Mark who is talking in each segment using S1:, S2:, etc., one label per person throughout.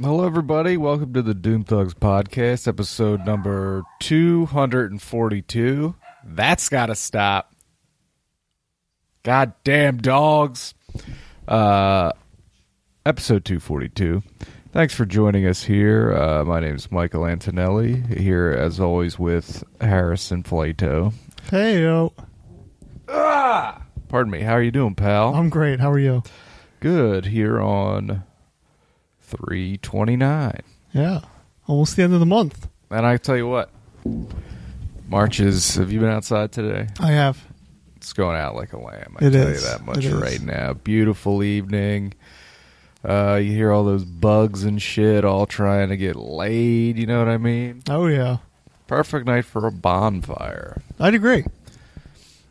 S1: Hello, everybody. Welcome to the Doom Thugs podcast, episode number 242. That's got to stop. Goddamn dogs. Uh, episode 242. Thanks for joining us here. Uh, my name is Michael Antonelli, here as always with Harrison Flato.
S2: Hey, yo.
S1: Pardon me. How are you doing, pal?
S2: I'm great. How are you?
S1: Good here on 329.
S2: Yeah. Almost the end of the month.
S1: And I tell you what, March is. Have you been outside today?
S2: I have.
S1: It's going out like a lamb. I
S2: It
S1: tell
S2: is.
S1: you that much
S2: It is.
S1: right now. Beautiful evening. Uh, you hear all those bugs and shit all trying to get laid. You know what I mean?
S2: Oh, yeah.
S1: Perfect night for a bonfire.
S2: I'd agree.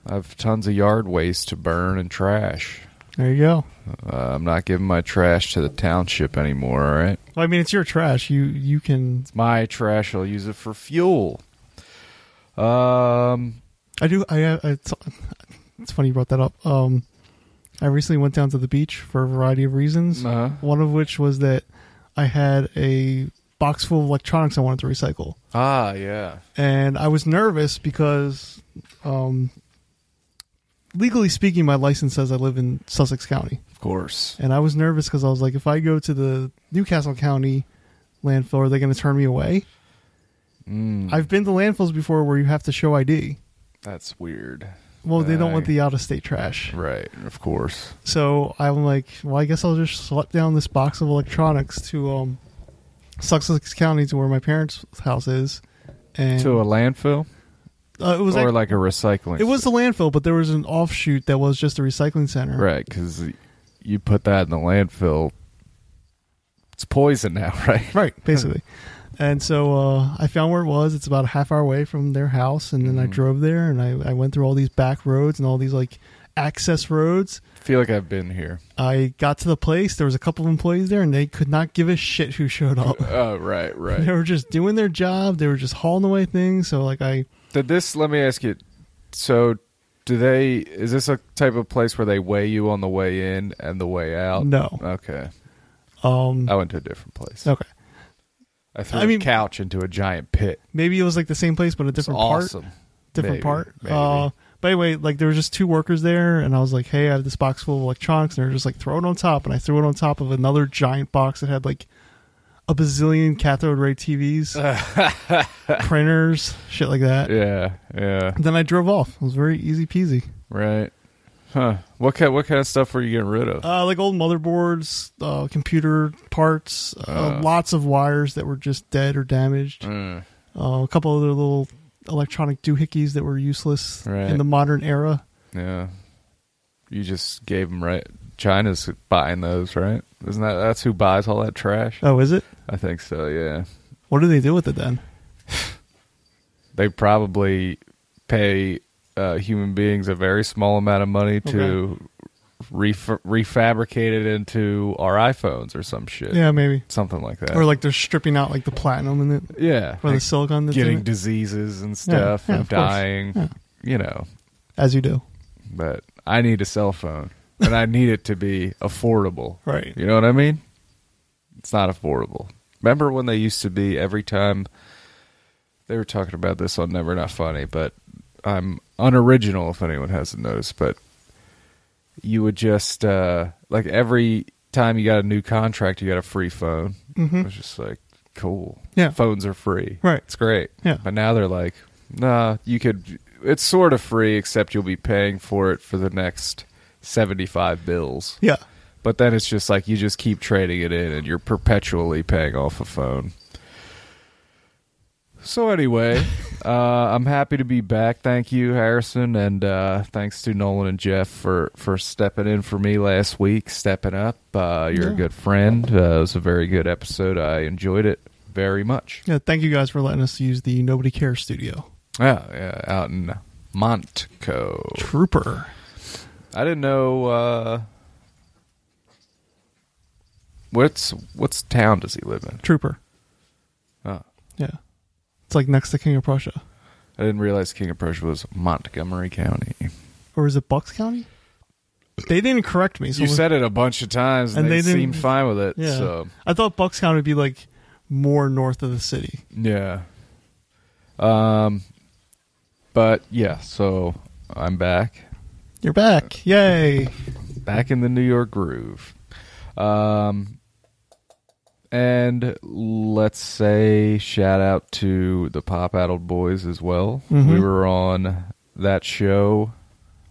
S1: I've tons of yard waste to burn and trash.
S2: There you go.
S1: Uh, I'm not giving my trash to the township anymore. All right.
S2: Well, I mean, it's your trash. You you can.
S1: my trash. I'll use it for fuel. Um,
S2: I do. I. I it's, it's funny you brought that up. Um, I recently went down to the beach for a variety of reasons.
S1: uh,
S2: One of which was that I had a box full of electronics I wanted to recycle,
S1: ah, yeah,
S2: and I was nervous because, um, legally speaking, my license says I live in Sussex County.
S1: of course.
S2: and I was nervous because I was like, if I go to the Newcastle County landfill, are they going to turn me away?
S1: Mm,
S2: I've been to landfills before where you have to show ID.
S1: that's weird.
S2: Well, they don't want
S1: Aye.
S2: the out of state trash.
S1: Right, of course.
S2: So I'm like, well, I guess I'll just slap down this box of electronics to um, Sussex County to where my parents' house is. And
S1: To a landfill
S2: uh, it was
S1: or like
S2: like,
S1: a recycling.
S2: it was the landfill, but there was an offshoot that was just a recycling center.
S1: right because you put that in the landfill. It's poison now, right?
S2: Right, basically. and so uh, I found where it was. It's about a half hour away from their house, and then I drove there and I, I went through all these back roads and all these like access roads.
S1: I feel like I've been here.
S2: I got to the place. There was a couple of employees there, and they could not give a shit who showed up.
S1: Oh, right,
S2: They
S1: right.
S2: were just doing their job. They were just hauling away things. So like I,
S1: Did this? Let me ask you. So, do they? Is this a type of place where they weigh you on the way in and the way out?
S2: No.
S1: Okay.
S2: um,
S1: I went to a different place.
S2: okay,
S1: I threw
S2: I mean-
S1: a couch into a giant pit.
S2: maybe it was like the same place, but a
S1: It's
S2: different part.
S1: awesome.
S2: different
S1: Maybe,
S2: part.
S1: maybe.
S2: Uh, but anyway, like there were just two workers there, and I was like, "Hey, I have this box full of electronics," and they're just like, "Throw it on top," and I threw it on top of another giant box that had like a bazillion cathode ray TVs, printers, shit like that.
S1: Yeah, yeah,
S2: Then I drove off. It was very easy peasy.
S1: right. Huh? What kind? What kind of stuff were you getting rid of?
S2: Uh, like old motherboards, uh, computer parts, uh,
S1: Uh.
S2: lots of wires that were just dead or damaged.
S1: Mm,
S2: Uh, a couple other little electronic doohickeys that were useless
S1: Right.
S2: in the modern era.
S1: yeah. You just gave them right. China's buying those, right? Isn't that that's who buys all that trash?
S2: Oh, is it?
S1: I think so. Yeah.
S2: What do they do with it then?
S1: They probably pay uh, human beings a very small amount of money to ref- refabricate it into our iPhones or some shit.
S2: Yeah, maybe.
S1: Something like that.
S2: Or like they're stripping out like the platinum in it
S1: yeah.
S2: or the
S1: like
S2: silicon that's in
S1: getting
S2: it.
S1: diseases and stuff
S2: yeah,
S1: and
S2: of course.
S1: dying.
S2: Yeah.
S1: You know,
S2: as you do.
S1: but I need a cell phone and I need it to be affordable.
S2: Right.
S1: You know what I mean? It's not affordable. Remember when they used to be every time they were talking about this on Never Not Funny, but I'm unoriginal if anyone hasn't noticed, but you would just uh like every time you got a new contract you got a free phone. It was just like cool.
S2: Mm-hmm. Yeah.
S1: Phones are free.
S2: Right.
S1: It's great.
S2: Yeah.
S1: But now they're like, nah, you could it's sort of free except you'll be paying for it for the next seventy five bills.
S2: Yeah.
S1: But then it's just like you just keep trading it in and you're perpetually paying off a phone. So anyway, uh, I'm happy to be back. Thank you, Harrison, and uh, thanks to Nolan and Jeff for, for stepping in for me last week, stepping up. Uh, you're a
S2: Yeah.
S1: good friend. Uh, it was a very good episode. I enjoyed it very much.
S2: Yeah. Thank you guys for letting us use the Nobody Cares studio.
S1: Yeah, yeah out in Montco.
S2: Trooper.
S1: I didn't know uh, what's what's town does he live in.
S2: Trooper.
S1: Oh.
S2: Yeah. It's like next to King of Prussia.
S1: I didn't realize King of Prussia was Montgomery County.
S2: Or is it Bucks County? They didn't correct me. So
S1: You said it a bunch of times, and,
S2: And
S1: they,
S2: they didn't-
S1: seemed fine with it.
S2: yeah.
S1: So
S2: I thought Bucks County would be like more north of the city.
S1: yeah. Um, but yeah, so I'm back,
S2: You're back. Yay.
S1: back in the New York groove. Um, and let's say shout out to the Pop Addled Boys as well.
S2: Mhm.
S1: We were on that show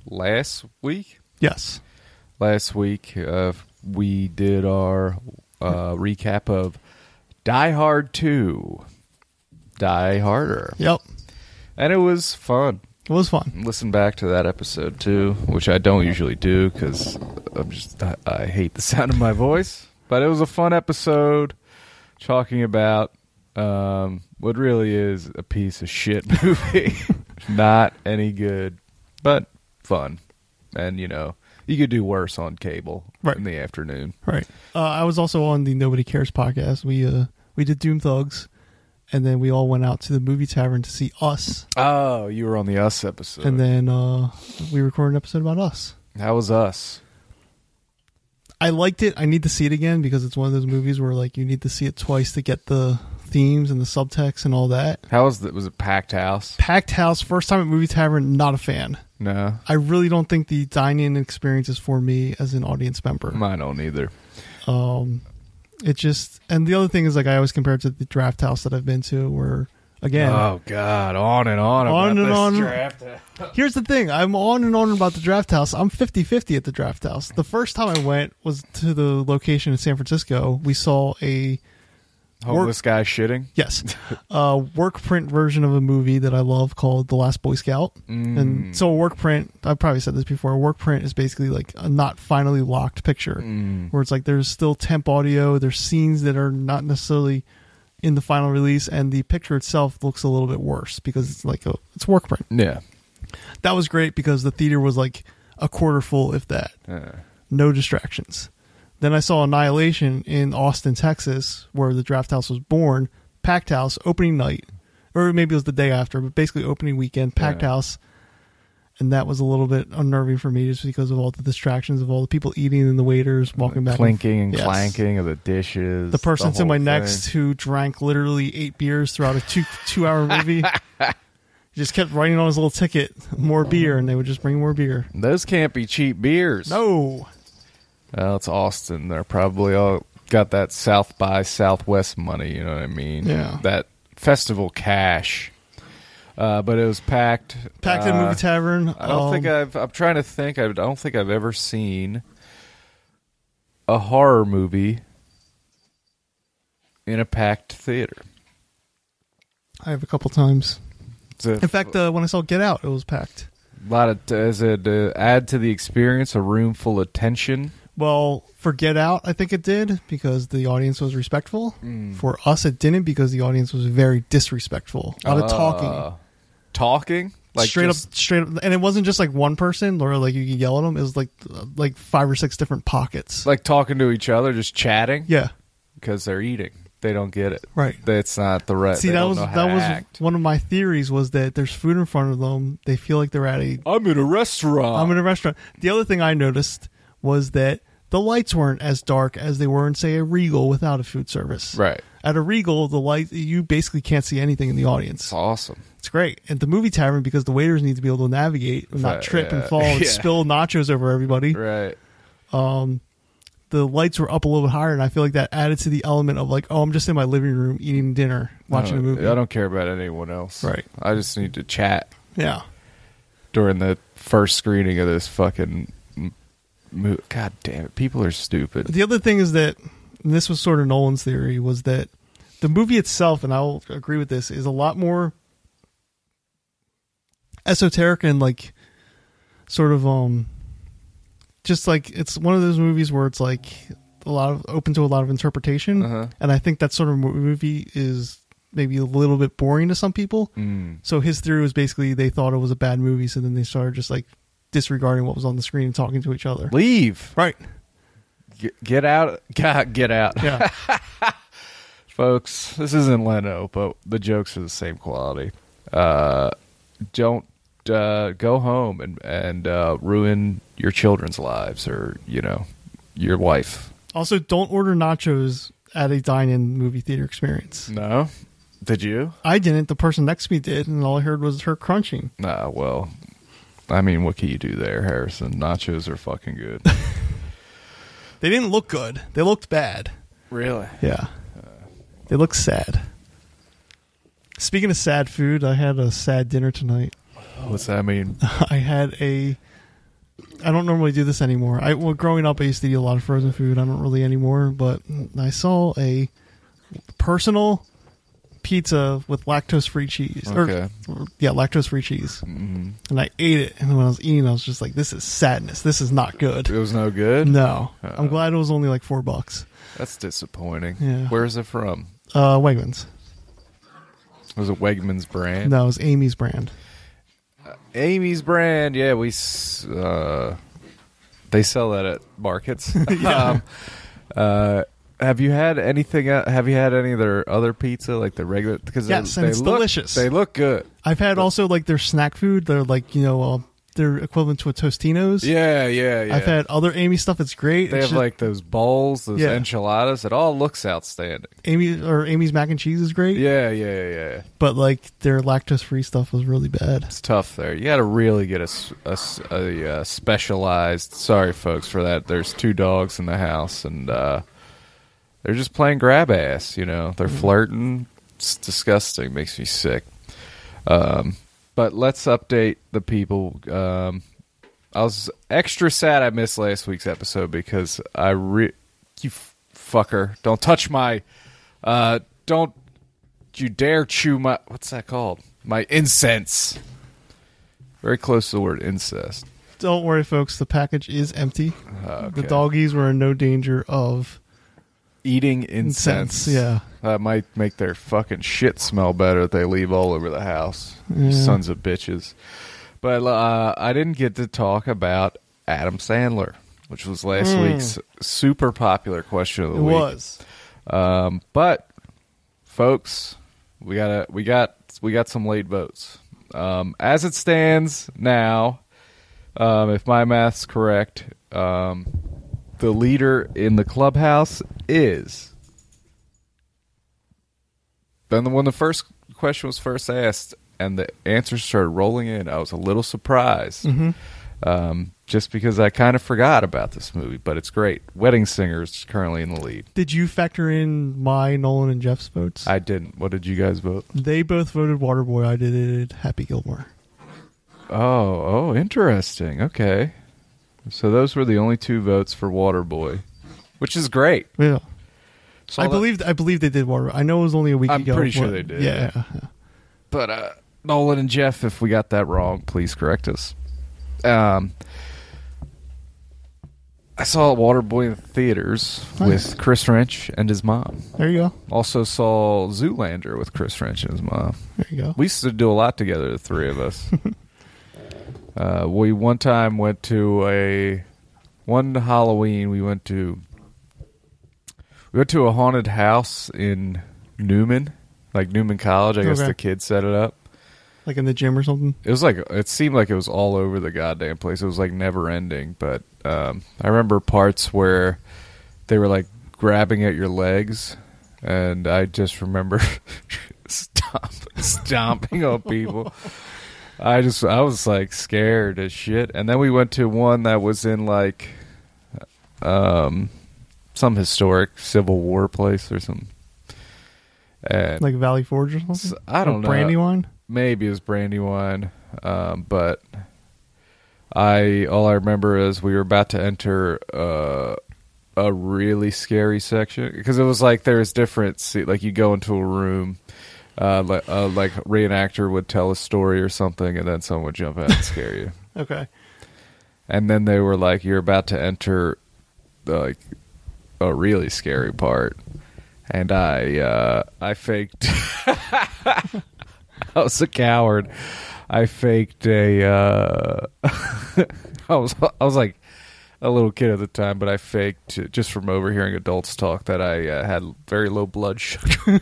S1: last week.
S2: Yes.
S1: last week. Uh, we did our uh, recap of Die Hard 2, Die Harder.
S2: Yep.
S1: And it was fun.
S2: It was fun.
S1: Listen back to that episode too, which I don't usually do because I'm just I, I hate the sound of my voice. But it was a fun episode talking about um, what really is a piece of shit movie, not any good, but fun. And you know, you could do worse on cable
S2: Right.
S1: in the afternoon.
S2: Right. Uh, I was also on the Nobody Cares podcast. We uh we did Doom Thugs, and then we all went out to the movie tavern to see Us,
S1: Oh, you were on the Us episode.
S2: and then uh we recorded an episode about Us.
S1: that was Us.
S2: I liked it. I need to see it again because it's one of those movies where like you need to see it twice to get the themes and the subtext and all that.
S1: How was that? Was it packed house?
S2: Packed house, first time at movie tavern. Not a fan.
S1: No,
S2: I really don't think the dine-in experience is for me as an audience member.
S1: mine don't either.
S2: Um, it just and the other thing is like I always compare it to the draft house that I've been to, where again,
S1: Oh God, on and on, about
S2: On and
S1: this
S2: on.
S1: draft.
S2: here's the thing: I'm on and on about the draft house. I'm 50-50 at the draft house. The first time I went was to the location in San Francisco. We saw a
S1: Homeless guy shitting.
S2: yes, a work print version of a movie that I love called The Last Boy Scout. And so a work print, I've probably said this before. A work print is basically like a not finally locked picture.
S1: Mm.
S2: where it's like there's still temp audio, there's scenes that are not necessarily in the final release, and the picture itself looks a little bit worse because it's like a it's work print.
S1: Yeah.
S2: That was great because the theater was like a quarter full, if that.
S1: Uh,
S2: No distractions. Then I saw Annihilation in Austin, Texas, where the Draft House was born. Packed house opening night, or maybe it was the day after, but basically opening weekend. Packed
S1: Yeah.
S2: house. And that was a little bit unnerving for me just because of all the distractions of all the people eating and the waiters walking back and
S1: clinking and
S2: Yes.
S1: clanking of the dishes.
S2: the person to
S1: whole
S2: my
S1: thing.
S2: next who drank literally eight beers throughout a two two hour movie just kept writing on his little ticket more beer and they would just bring more beer
S1: Those can't be cheap beers.
S2: no
S1: Well, it's Austin. They're probably all got that South by Southwest money. You know what I mean?
S2: Yeah.
S1: That festival cash. Uh, but it was packed.
S2: packed in
S1: Uh,
S2: movie tavern
S1: I don't
S2: um,
S1: think I've. I'm trying to think. I don't think I've ever seen a horror movie in a packed theater.
S2: I have a couple times
S1: It's a-
S2: in fact uh, when i saw get out it was packed
S1: A lot of as it uh, add to the experience, a room full of tension.
S2: well for get out i think it did because the audience was respectful
S1: Mm.
S2: for us it didn't because the audience was very disrespectful a lot of talking
S1: Uh, talking, like
S2: straight
S1: just-
S2: up, straight up, and it wasn't just like one person, or like you could yell at them. It was like uh, like five or six different pockets.
S1: like talking to each other, just chatting
S2: yeah,
S1: because they're eating. They don't get it.
S2: right.
S1: That's not the right.
S2: See,
S1: they
S2: that
S1: don't
S2: was
S1: know how
S2: that
S1: to
S2: was
S1: act.
S2: one of my theories was that there's food in front of them. They feel like they're at a
S1: I'm in a restaurant.
S2: am in a restaurant. The other thing I noticed was that the lights weren't as dark as they were in say a Regal without a food service.
S1: right.
S2: At a Regal, the light you basically can't see anything in the
S1: It's
S2: audience.
S1: awesome.
S2: It's great. At the movie tavern, because the waiters need to be able to navigate, and
S1: Right,
S2: not trip
S1: yeah.
S2: and fall and
S1: Yeah.
S2: spill nachos over everybody.
S1: Right.
S2: the lights were up a little bit higher, and I feel like that added to the element of like, oh, I'm just in my living room eating dinner, watching
S1: I
S2: a
S1: don't-
S2: movie.
S1: Uh, I don't care about anyone else.
S2: Right.
S1: I just need to chat
S2: Yeah,
S1: during the first screening of this fucking. Mo- God damn it! People are stupid.
S2: But the other thing is that and this was sort of Nolan's theory was that the movie itself, and I'll agree with this, is a lot more esoteric and like sort of um just like it's one of those movies where it's like a lot of open to a lot of interpretation
S1: Uh-huh.
S2: and i think that sort of mo- movie is maybe a little bit boring to some people
S1: Mm.
S2: So his theory was basically they thought it was a bad movie, so then they started just like disregarding what was on the screen and talking to each other.
S1: Leave.
S2: Right.
S1: Get, get out. God, get out.
S2: Yeah.
S1: folks, this isn't Leno, but the jokes are the same quality. Uh, don't uh, go home and and uh, ruin your children's lives or you know your wife.
S2: Also, don't order nachos at a dine-in movie theater experience.
S1: No, did you?
S2: I didn't. The person next to me did, and all I heard was her crunching.
S1: Nah. Well, I mean, what can you do there, Harrison? Nachos are fucking good.
S2: They didn't look good. They looked bad.
S1: really?
S2: Yeah. They looked sad. Speaking of sad food, I had a sad dinner tonight.
S1: What's that mean?
S2: I had a. I don't normally do this anymore. I well, growing up, I used to eat a lot of frozen food. I don't really anymore, but I saw a personal pizza with lactose-free cheese. or-
S1: Okay.
S2: Or, yeah, lactose-free cheese, and I ate it. And when I was eating, I was just like, "This is sadness. This is not
S1: It
S2: good."
S1: was no good.
S2: No, I'm glad it was only like four bucks.
S1: That's disappointing.
S2: Yeah.
S1: Where is it from?
S2: Uh, Wegmans.
S1: Was it Wegman's brand?
S2: No, it was Amy's brand.
S1: Amy's brand. Yeah, we s- uh, they sell that at markets. um, uh, have you had anything? el- Have you had any of their other pizza, like the regular? Because
S2: Yes, and it's
S1: look,
S2: delicious.
S1: They look good.
S2: I've had also like their snack food. They're like you know uh, they're equivalent to a Tostino's.
S1: Yeah, yeah, yeah.
S2: I've had other Amy stuff. It's great.
S1: They
S2: It's
S1: have
S2: just-
S1: like those bowls, those
S2: Yeah.
S1: enchiladas. It all looks outstanding.
S2: Amy or Amy's mac and cheese is great.
S1: Yeah, yeah, yeah.
S2: But like their lactose free stuff was really bad.
S1: It's tough there. You got to really get a, s- a s- a, uh, specialized. Sorry, folks, for that. There's two dogs in the house, and uh, they're just playing grab ass. You know, they're flirting. It's disgusting. Makes me sick. Um, but let's update the people. Um, I was extra sad I missed last week's episode because I re- you f- fucker, don't touch my, uh, don't you dare chew my what's that called? My incense. Very close to the word incest.
S2: Don't worry, folks. The package is empty.
S1: okay.
S2: The doggies were in no danger of
S1: Eating incense.
S2: incense. Yeah.
S1: That might make their fucking shit smell better that they leave all over the house. You
S2: Yeah.
S1: Sons of bitches. But uh, I didn't get to talk about Adam Sandler, which was last week's super popular question of
S2: Hmm. It
S1: the week.
S2: was.
S1: Um, but folks, we got we got we got some late votes. Um, as it stands now, um, if my math's correct, um, the leader in the clubhouse is. Then the, when the first question was first asked and the answers started rolling in, I was a little surprised. Um, just because I kind of forgot about this movie, but it's great. Wedding Singer is currently in the lead.
S2: Did you factor in my Nolan and Jeff's votes?
S1: I didn't. What did you guys vote?
S2: they both voted Waterboy. I did Happy Gilmore.
S1: Oh, oh, interesting. Okay. So those were the only two votes for Waterboy, which is great.
S2: Yeah.
S1: So
S2: I
S1: all that-
S2: believe I believe they did Waterboy. I know it was only a week
S1: I'm
S2: ago.
S1: pretty sure
S2: but-
S1: they did.
S2: Yeah. yeah, yeah.
S1: but uh, Nolan and Jeff, if we got that wrong, please correct us. Um, I saw Waterboy in the theaters
S2: Nice.
S1: with Chris Wrench and his mom.
S2: There you go.
S1: Also saw Zoolander with Chris Wrench and his mom.
S2: There you go.
S1: We used to do a lot together, the three of us. uh, we one time went to a one Halloween. We went to we went to a haunted house in Newman, like Newman College. I guess
S2: Okay.
S1: the kids set it up.
S2: like in the gym or something.
S1: It was like it seemed like it was all over the goddamn place. It was like never ending. But um, I remember parts where they were like grabbing at your legs, and I just remember stomp, stomping on people. I just I was like scared as shit. And then we went to one that was in like um some historic Civil War place or something. And
S2: Like Valley Forge or something.
S1: S- I don't
S2: or
S1: know.
S2: Brandywine.
S1: maybe it was Brandywine, um, but I all I remember is we were about to enter uh, a really scary section because it was like there was different se- like you go into a room. Uh, like, uh, like reenactor would tell a story or something, and then someone would jump out and scare you.
S2: Okay.
S1: And then they were like, "You're about to enter, like, a really scary part." And I, uh, I faked. I was a coward. I faked a. Uh, I was, I was like a little kid at the time, but I faked just from overhearing adults talk that I uh, had very low blood sugar.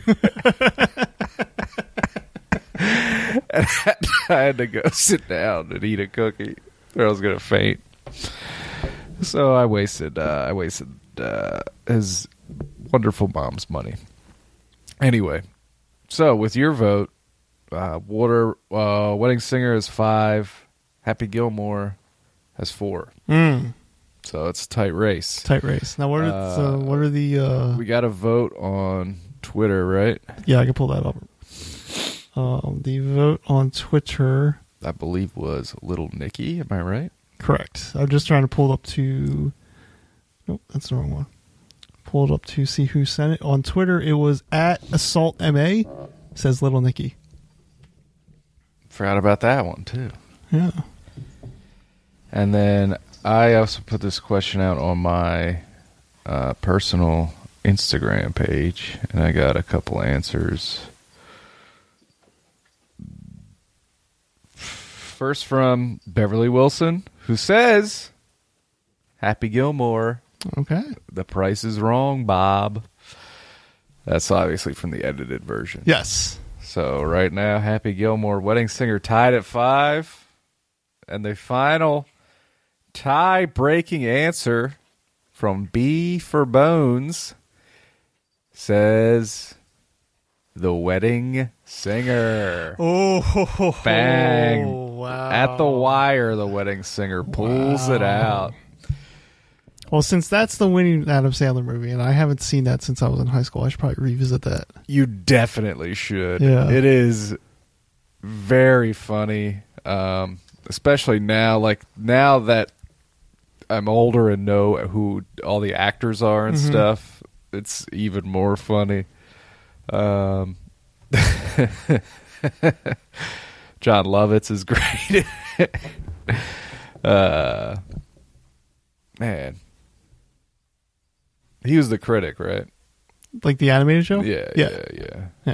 S1: And I had to go sit down and eat a cookie, or I was gonna faint. So I wasted, uh, I wasted uh, his wonderful mom's money. Anyway, so with your vote, uh, Water uh, Wedding Singer is five. Happy Gilmore has four.
S2: Mm,
S1: So it's a tight race.
S2: tight race. Now what are so what are the? Uh,
S1: We got a vote on Twitter, right?
S2: yeah, I can pull that up. Um, the vote on Twitter.
S1: I believe was Little Nicky. Am I right?
S2: Correct. I'm just trying to pull it up to. Nope, that's the wrong one. Pull it up to see who sent it on Twitter. It was at assault ma. Says little Nicky.
S1: Forgot about that one too.
S2: Yeah.
S1: And then I also put this question out on my uh, personal Instagram page, and I got a couple answers. First from Beverly Wilson, who says, "Happy Gilmore,
S2: Okay.
S1: the price is wrong, Bob." That's obviously from the edited version.
S2: Yes.
S1: So right now, Happy Gilmore, Wedding Singer tied at five. And the final tie breaking answer from B for Bones says The Wedding Singer.
S2: Oh. ho, ho, ho.
S1: Bang.
S2: Wow.
S1: At the wire, the wedding singer pulls it out.
S2: Well, since that's the winning Adam Sandler movie, and I haven't seen that since I was in high school, I should probably revisit that.
S1: You definitely should.
S2: Yeah.
S1: It is very funny. Um, especially now, like now that I'm older and know who all the actors are and stuff, it's even more funny. Um, John Lovitz is great. uh, man. He was the critic, right?
S2: Like the animated show.
S1: Yeah,
S2: Yeah.
S1: yeah, yeah.
S2: Yeah.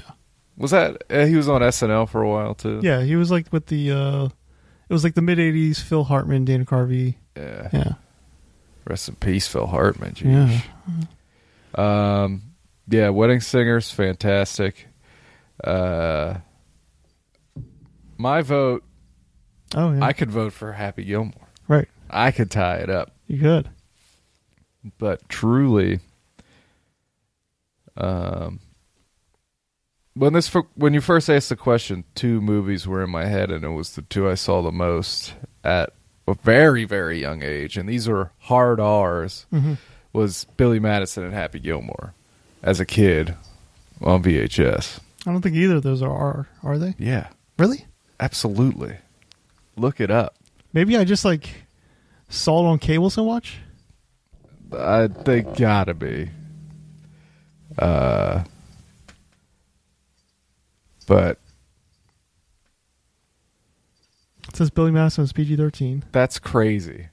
S1: Was that uh, he was on SNL for a while too?
S2: Yeah. He was like with the. uh It was like the mid '80s. Phil Hartman, Dana Carvey.
S1: Yeah.
S2: Yeah.
S1: Rest in peace, Phil Hartman.
S2: Yeah.
S1: Jeez. Um, yeah. Wedding Singers, fantastic. Uh, my vote.
S2: Oh yeah.
S1: I could vote for Happy Gilmore.
S2: right.
S1: I could tie it up,
S2: You could.
S1: but truly, um, when this fir- when you first asked the question, two movies were in my head, and it was the two I saw the most at a very very young age, and these are hard R's. Was Billy Madison and Happy Gilmore as a kid on VHS?
S2: I don't think either of those are are, are they?
S1: Yeah,
S2: Really?
S1: absolutely. Look it up.
S2: Maybe I just like saw it on cable so much.
S1: Uh, they gotta be. Uh, but
S2: It says Billy Madison is PG thirteen.
S1: that's crazy.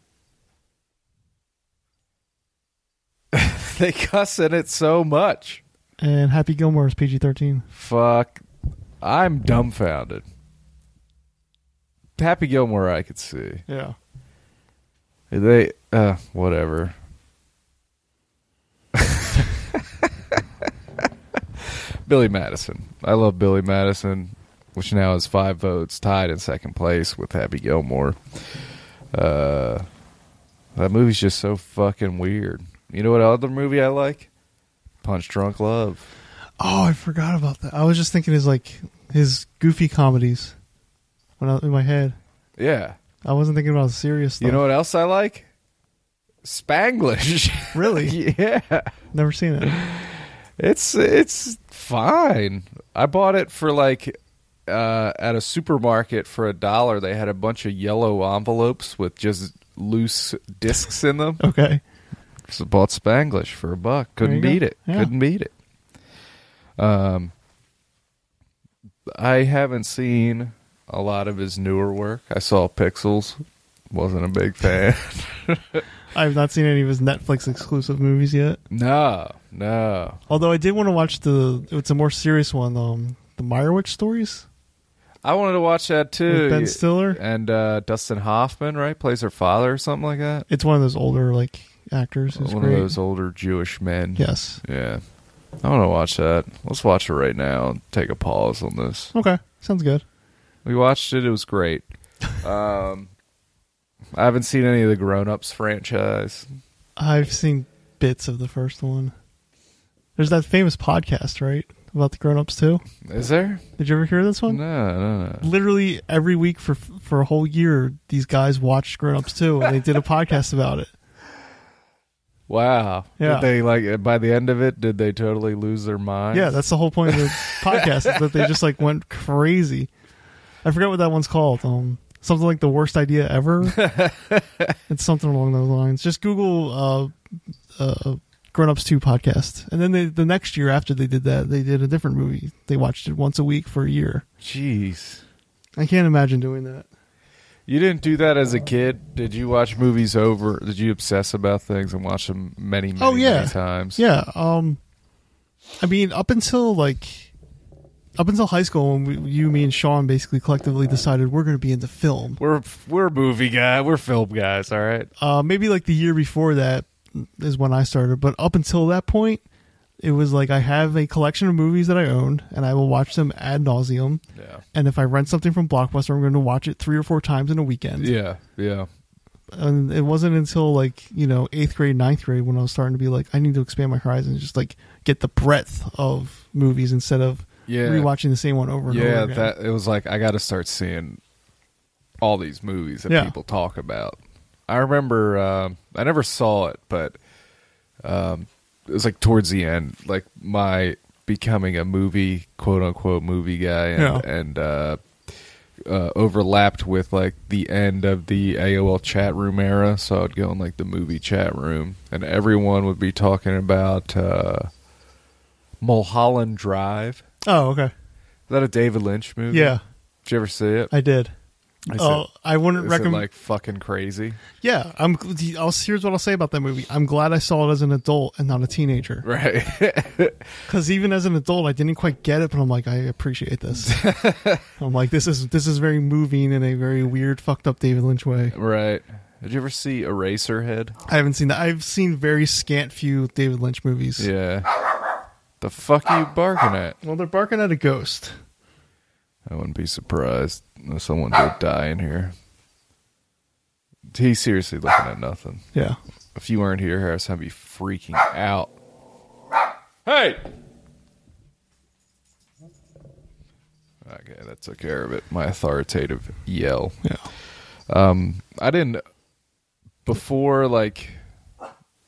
S1: they cuss in it so much.
S2: And Happy Gilmore is PG thirteen.
S1: Fuck. I'm dumbfounded. Happy Gilmore, I could see.
S2: Yeah.
S1: They, uh, whatever. Billy Madison. I love Billy Madison, which now has five votes, tied in second place with Happy Gilmore. Uh, that movie's just so fucking weird. You know what other movie I like? Punch Drunk Love.
S2: Oh, I forgot about that. I was just thinking his like his goofy comedies when I, in my head.
S1: Yeah.
S2: I wasn't thinking about serious stuff.
S1: You know what else I like? Spanglish.
S2: really?
S1: yeah.
S2: Never seen it.
S1: It's it's fine. I bought it for like uh, at a supermarket for a dollar. They had a bunch of yellow envelopes with just loose discs in them.
S2: Okay.
S1: So bought Spanglish for a buck. Couldn't
S2: There you
S1: beat
S2: go.
S1: it.
S2: Yeah.
S1: Couldn't beat it. Um, I haven't seen a lot of his newer work. I saw Pixels. Wasn't a big fan.
S2: I've not seen any of his Netflix exclusive movies yet.
S1: no, no.
S2: Although I did want to watch the it's a more serious one, um the Meyerowitz stories
S1: I wanted to watch that too.
S2: with Ben
S1: You-
S2: Stiller.
S1: and uh, Dustin Hoffman, right, plays her father or something like that.
S2: It's one of those older like actors who's
S1: One
S2: great.
S1: of those older Jewish men.
S2: Yes.
S1: yeah. I want to watch that. Let's watch it right now and take a pause on this.
S2: Okay. Sounds good.
S1: We watched it. It was great. Um, I haven't seen any of the Grown Ups franchise.
S2: I've seen bits of the first one. There's that famous podcast, right? About the grown ups too.
S1: Is there?
S2: Did you ever hear this
S1: No,
S2: one?
S1: no, no.
S2: Literally every week for for a whole year, these guys watched Grown Ups too, and they did a podcast about it.
S1: Wow.
S2: Yeah.
S1: Did they like by the end of it? Did they totally lose their mind?
S2: Yeah, that's the whole point of the podcast is that they just like went crazy. I forget what that one's called. Um, something like the worst idea ever. it's something along those lines. Just Google uh, uh, Grown Ups Two podcast, and then they, the next year after they did that, they did a different movie. They watched it once a week for a year.
S1: Jeez.
S2: I can't imagine doing that.
S1: You didn't do that as a kid. Did you watch movies over? Did you obsess about things and watch them many, many,
S2: Oh, yeah.
S1: many times?
S2: Yeah. Um, I mean, up until like, up until high school, when we, you, me, and Sean basically collectively decided we're going to be into film.
S1: We're we're movie guy. We're film guys. All right.
S2: Uh, maybe like the year before that is when I started, but up until that point, it was like I have a collection of movies that I own, and I will watch them ad nauseum.
S1: Yeah.
S2: And if I rent something from Blockbuster, I'm going to watch it three or four times in a weekend.
S1: Yeah. Yeah.
S2: And it wasn't until like you know eighth grade, ninth grade when I was starting to be like, I need to expand my horizons, just like get the breadth of movies instead of
S1: Yeah.
S2: rewatching the same one over and over
S1: Yeah.
S2: again.
S1: That it was like I got to start seeing all these movies that
S2: Yeah.
S1: people talk about. I remember um, I never saw it, but um, it was like towards the end, like my becoming a movie quote unquote movie guy, and,
S2: Yeah.
S1: and uh, uh, overlapped with like the end of the AOL chat room era. So I'd go in like the movie chat room, and everyone would be talking about uh, Mulholland Drive.
S2: oh, okay,
S1: Is that a David Lynch movie?
S2: yeah,
S1: Did you ever see it?
S2: I did.
S1: Is
S2: Oh,
S1: it-
S2: I wouldn't
S1: is
S2: recommend.
S1: it like fucking crazy?
S2: Yeah, I'm. I'll, here's what I'll say about that movie. I'm glad I saw it as an adult and not a teenager.
S1: Right.
S2: Because even as an adult, I didn't quite get it, but I'm like, I appreciate this. I'm like, this is this is very moving in a very weird, fucked up David Lynch way.
S1: right. Did you ever see Eraserhead?
S2: I haven't seen that. I've seen very scant few David Lynch movies.
S1: Yeah. The fuck are you barking at?
S2: Well, they're barking at a ghost.
S1: I wouldn't be surprised if someone did die in here. He's seriously looking at nothing.
S2: Yeah.
S1: If you weren't here, Harris, I'd be freaking out. Hey! Okay, that took care of it. My authoritative yell.
S2: Yeah.
S1: I didn't before like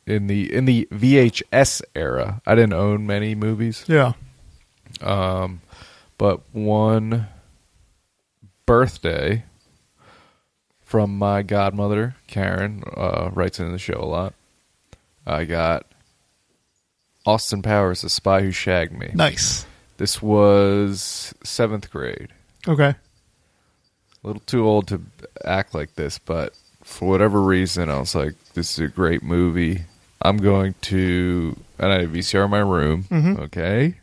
S1: in the in the VHS era. I didn't own many movies,
S2: Yeah.
S1: but one birthday from my godmother Karen uh, writes into the show a lot. I got Austin Powers: The Spy Who Shagged Me.
S2: Nice.
S1: This was seventh grade.
S2: Okay.
S1: a little too old to act like this, but for whatever reason, I was like, this is a great movie. I'm going to, and I had a VCR in my room. Okay,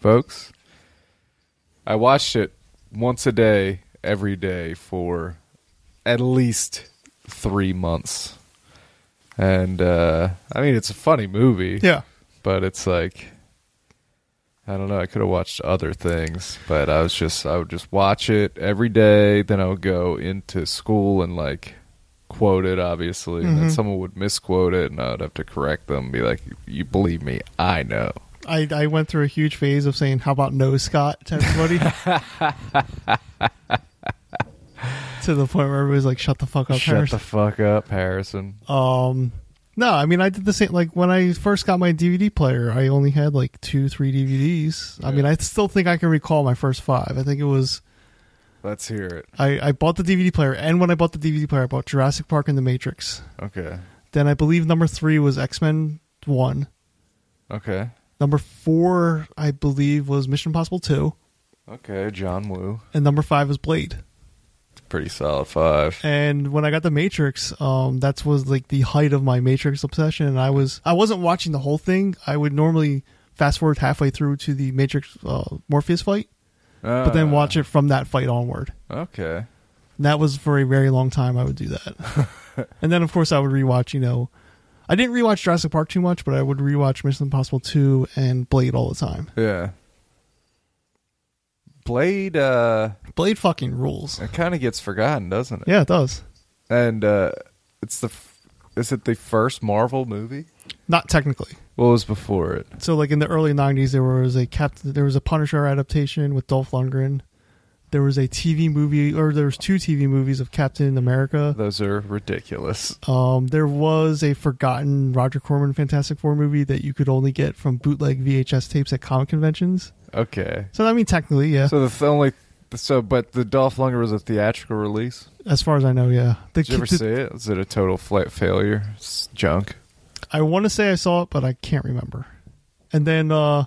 S1: folks. I watched it once a day, every day for at least three months. And, uh, I mean, it's a funny movie,
S2: Yeah.
S1: but it's like, I don't know. I could have watched other things, but I was just I would just watch it every day. Then I would go into school and like quote it, obviously, and then
S2: Mm-hmm.
S1: someone would misquote it, and I would have to correct them. And be like, "You believe me? I know."
S2: I, I went through a huge phase of saying, "How about no Scott?" to everybody, to the point where everybody's like, "Shut the fuck up,
S1: Shut
S2: Harris."
S1: the fuck up, Harrison.
S2: um, no, I mean, I did the same. Like when I first got my DVD player, I only had like two, three DVDs. I mean, I still think I can recall my first five. I think it was
S1: Let's hear it.
S2: I, I bought the DVD player, and when I bought the DVD player, I bought Jurassic Park and The Matrix.
S1: Okay.
S2: Then I believe number three was X Men One.
S1: Okay.
S2: Number four, I believe, was Mission Impossible Two,
S1: Okay. John Woo.
S2: and number five was Blade.
S1: Pretty solid five.
S2: and when I got the Matrix, um, that was like the height of my Matrix obsession. And I was I wasn't watching the whole thing. I would normally fast forward halfway through to the Matrix uh, Morpheus fight, but then watch it from that fight onward.
S1: Uh, Okay.
S2: And that was for a very long time. I would do that, and then of course I would rewatch. You know, I didn't rewatch Jurassic Park too much, but I would rewatch Mission Impossible Two and Blade all the time.
S1: Yeah. Blade uh,
S2: Blade fucking rules.
S1: it kind of gets forgotten, doesn't it?
S2: Yeah, it does.
S1: And uh, it's the f- is it the first Marvel movie?
S2: Not technically.
S1: What was before it?
S2: So like in the early '90s, there was a Captain, there was a Punisher adaptation with Dolph Lundgren. There was a TV movie, or there was two TV movies of Captain America.
S1: Those are ridiculous.
S2: Um, there was a forgotten Roger Corman Fantastic Four movie that you could only get from bootleg VHS tapes at comic conventions.
S1: Okay.
S2: So I mean, technically, yeah.
S1: So the th- only so, but the Dolph Lundgren was a theatrical release.
S2: as far as I know, yeah. The,
S1: Did you ever
S2: the-
S1: see it? Is it a total flat failure? It's junk.
S2: I want to say I saw it, but I can't remember. And then uh,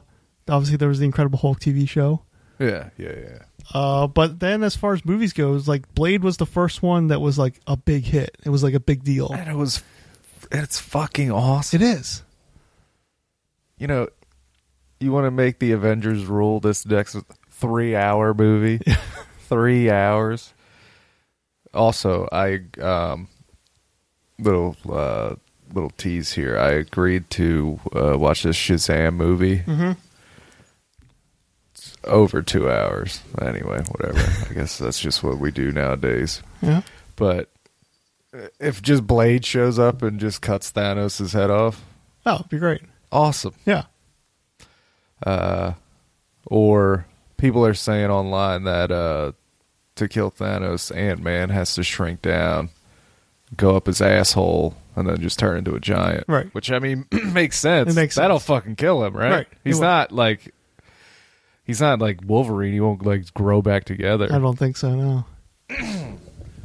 S2: obviously there was the Incredible Hulk TV show.
S1: Yeah, yeah, yeah.
S2: Uh, but then as far as movies goes, like Blade was the first one that was like a big hit. It was like a big deal.
S1: And it was, it's fucking awesome.
S2: It is.
S1: You know, you want to make the Avengers rule this next three-hour movie, three hours. Also, I um, little uh, little tease here. I agreed to uh, watch this Shazam movie.
S2: Mhm.
S1: It's over two hours. Anyway, whatever. I guess that's just what we do nowadays.
S2: Yeah.
S1: But uh, if just Blade shows up and just cuts Thanos' head off,
S2: Oh, it'd be great.
S1: awesome.
S2: Yeah.
S1: Uh, or people are saying online that uh, to kill Thanos, Ant Man has to shrink down, go up his asshole, and then just turn into a giant.
S2: Right.
S1: Which I mean makes sense.
S2: It makes
S1: That'll
S2: sense.
S1: fucking kill him, right?
S2: Right. It
S1: He's
S2: will.
S1: not like. He's not like Wolverine. He won't like grow back together.
S2: I don't think so. No.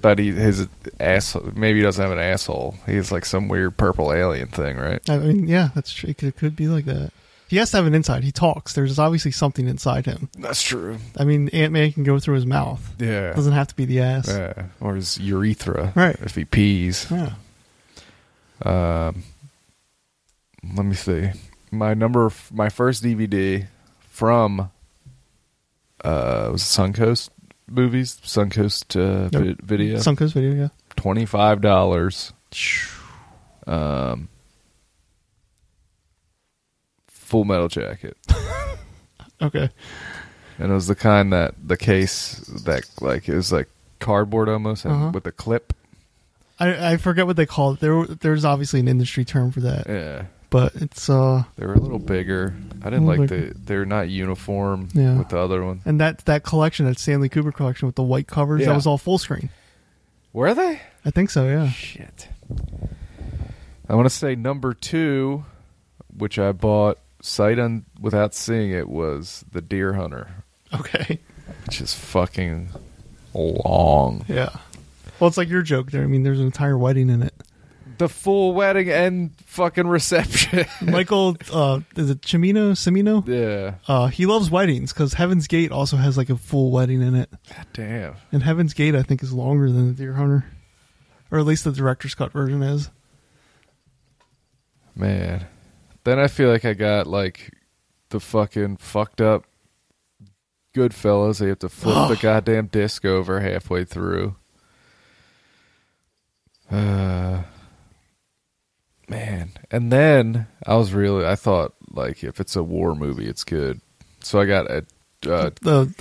S1: But he his asshole. Maybe he doesn't have an asshole. He's like some weird purple alien thing, right?
S2: I mean, yeah, that's true. It could, it could be like that. He has to have an inside. He talks. There's obviously something inside him.
S1: That's true.
S2: I mean, Ant Man can go through his mouth.
S1: Yeah.
S2: Doesn't have to be the ass.
S1: Yeah. Or his urethra.
S2: Right.
S1: If he pees.
S2: Yeah.
S1: Um, let me see. My number, my first DVD from uh, was it Suncoast movies, Suncoast uh, vi-
S2: Yep.
S1: video,
S2: Sunko's video. Yeah.
S1: twenty five dollars. Um, Full Metal Jacket,
S2: Okay.
S1: and it was the kind that the case that like it was like cardboard almost, and
S2: Uh-huh.
S1: with a clip.
S2: I, I forget what they call it. There there's obviously an industry term for that,
S1: Yeah.
S2: but it's uh
S1: They were a little bigger. I didn't
S2: Little
S1: like
S2: bigger.
S1: the. They're not uniform
S2: Yeah.
S1: with the other one.
S2: and that that collection, that Stanley Cooper collection with the white covers, that
S1: Yeah.
S2: was all full screen.
S1: Were they?
S2: I think so. Yeah.
S1: Shit. I want to say number two, which I bought sight un- without seeing it, was the Deer Hunter,
S2: Okay.
S1: which is fucking long.
S2: Yeah. Well, it's like your joke there. I mean, there's an entire wedding in it.
S1: The full wedding and fucking reception.
S2: Michael, uh, is it Chimino? Semino?
S1: yeah.
S2: Uh, he loves weddings because Heaven's Gate also has like a full wedding in it,
S1: God damn.
S2: and Heaven's Gate I think is longer than the Deer Hunter, or at least the director's cut version is.
S1: Man. Then I feel like I got like the fucking fucked up Goodfellas. They have to flip the goddamn disc over halfway through. Uh, man. And then I was really, I thought like if it's a war movie, it's good. So I got a, uh,
S2: The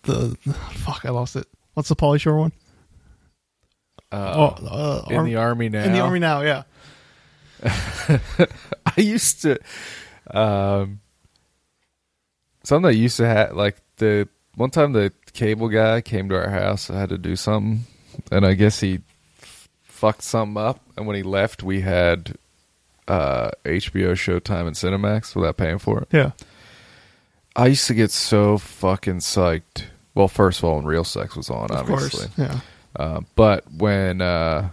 S2: the the fuck, I lost it. What's the Polly Shore one?
S1: uh,
S2: oh, uh,
S1: in
S2: Arm-
S1: the army now.
S2: in the army now. Yeah,
S1: I used to, um, something that used to have like the one time the cable guy came to our house. I had to do something, and I guess he f- fucked something up. And when he left, we had uh, HBO, Showtime, and Cinemax without paying for it.
S2: yeah.
S1: I used to get so fucking psyched. Well, first of all, when Real Sex was on,
S2: Of
S1: obviously.
S2: course. Yeah.
S1: Uh, but when uh,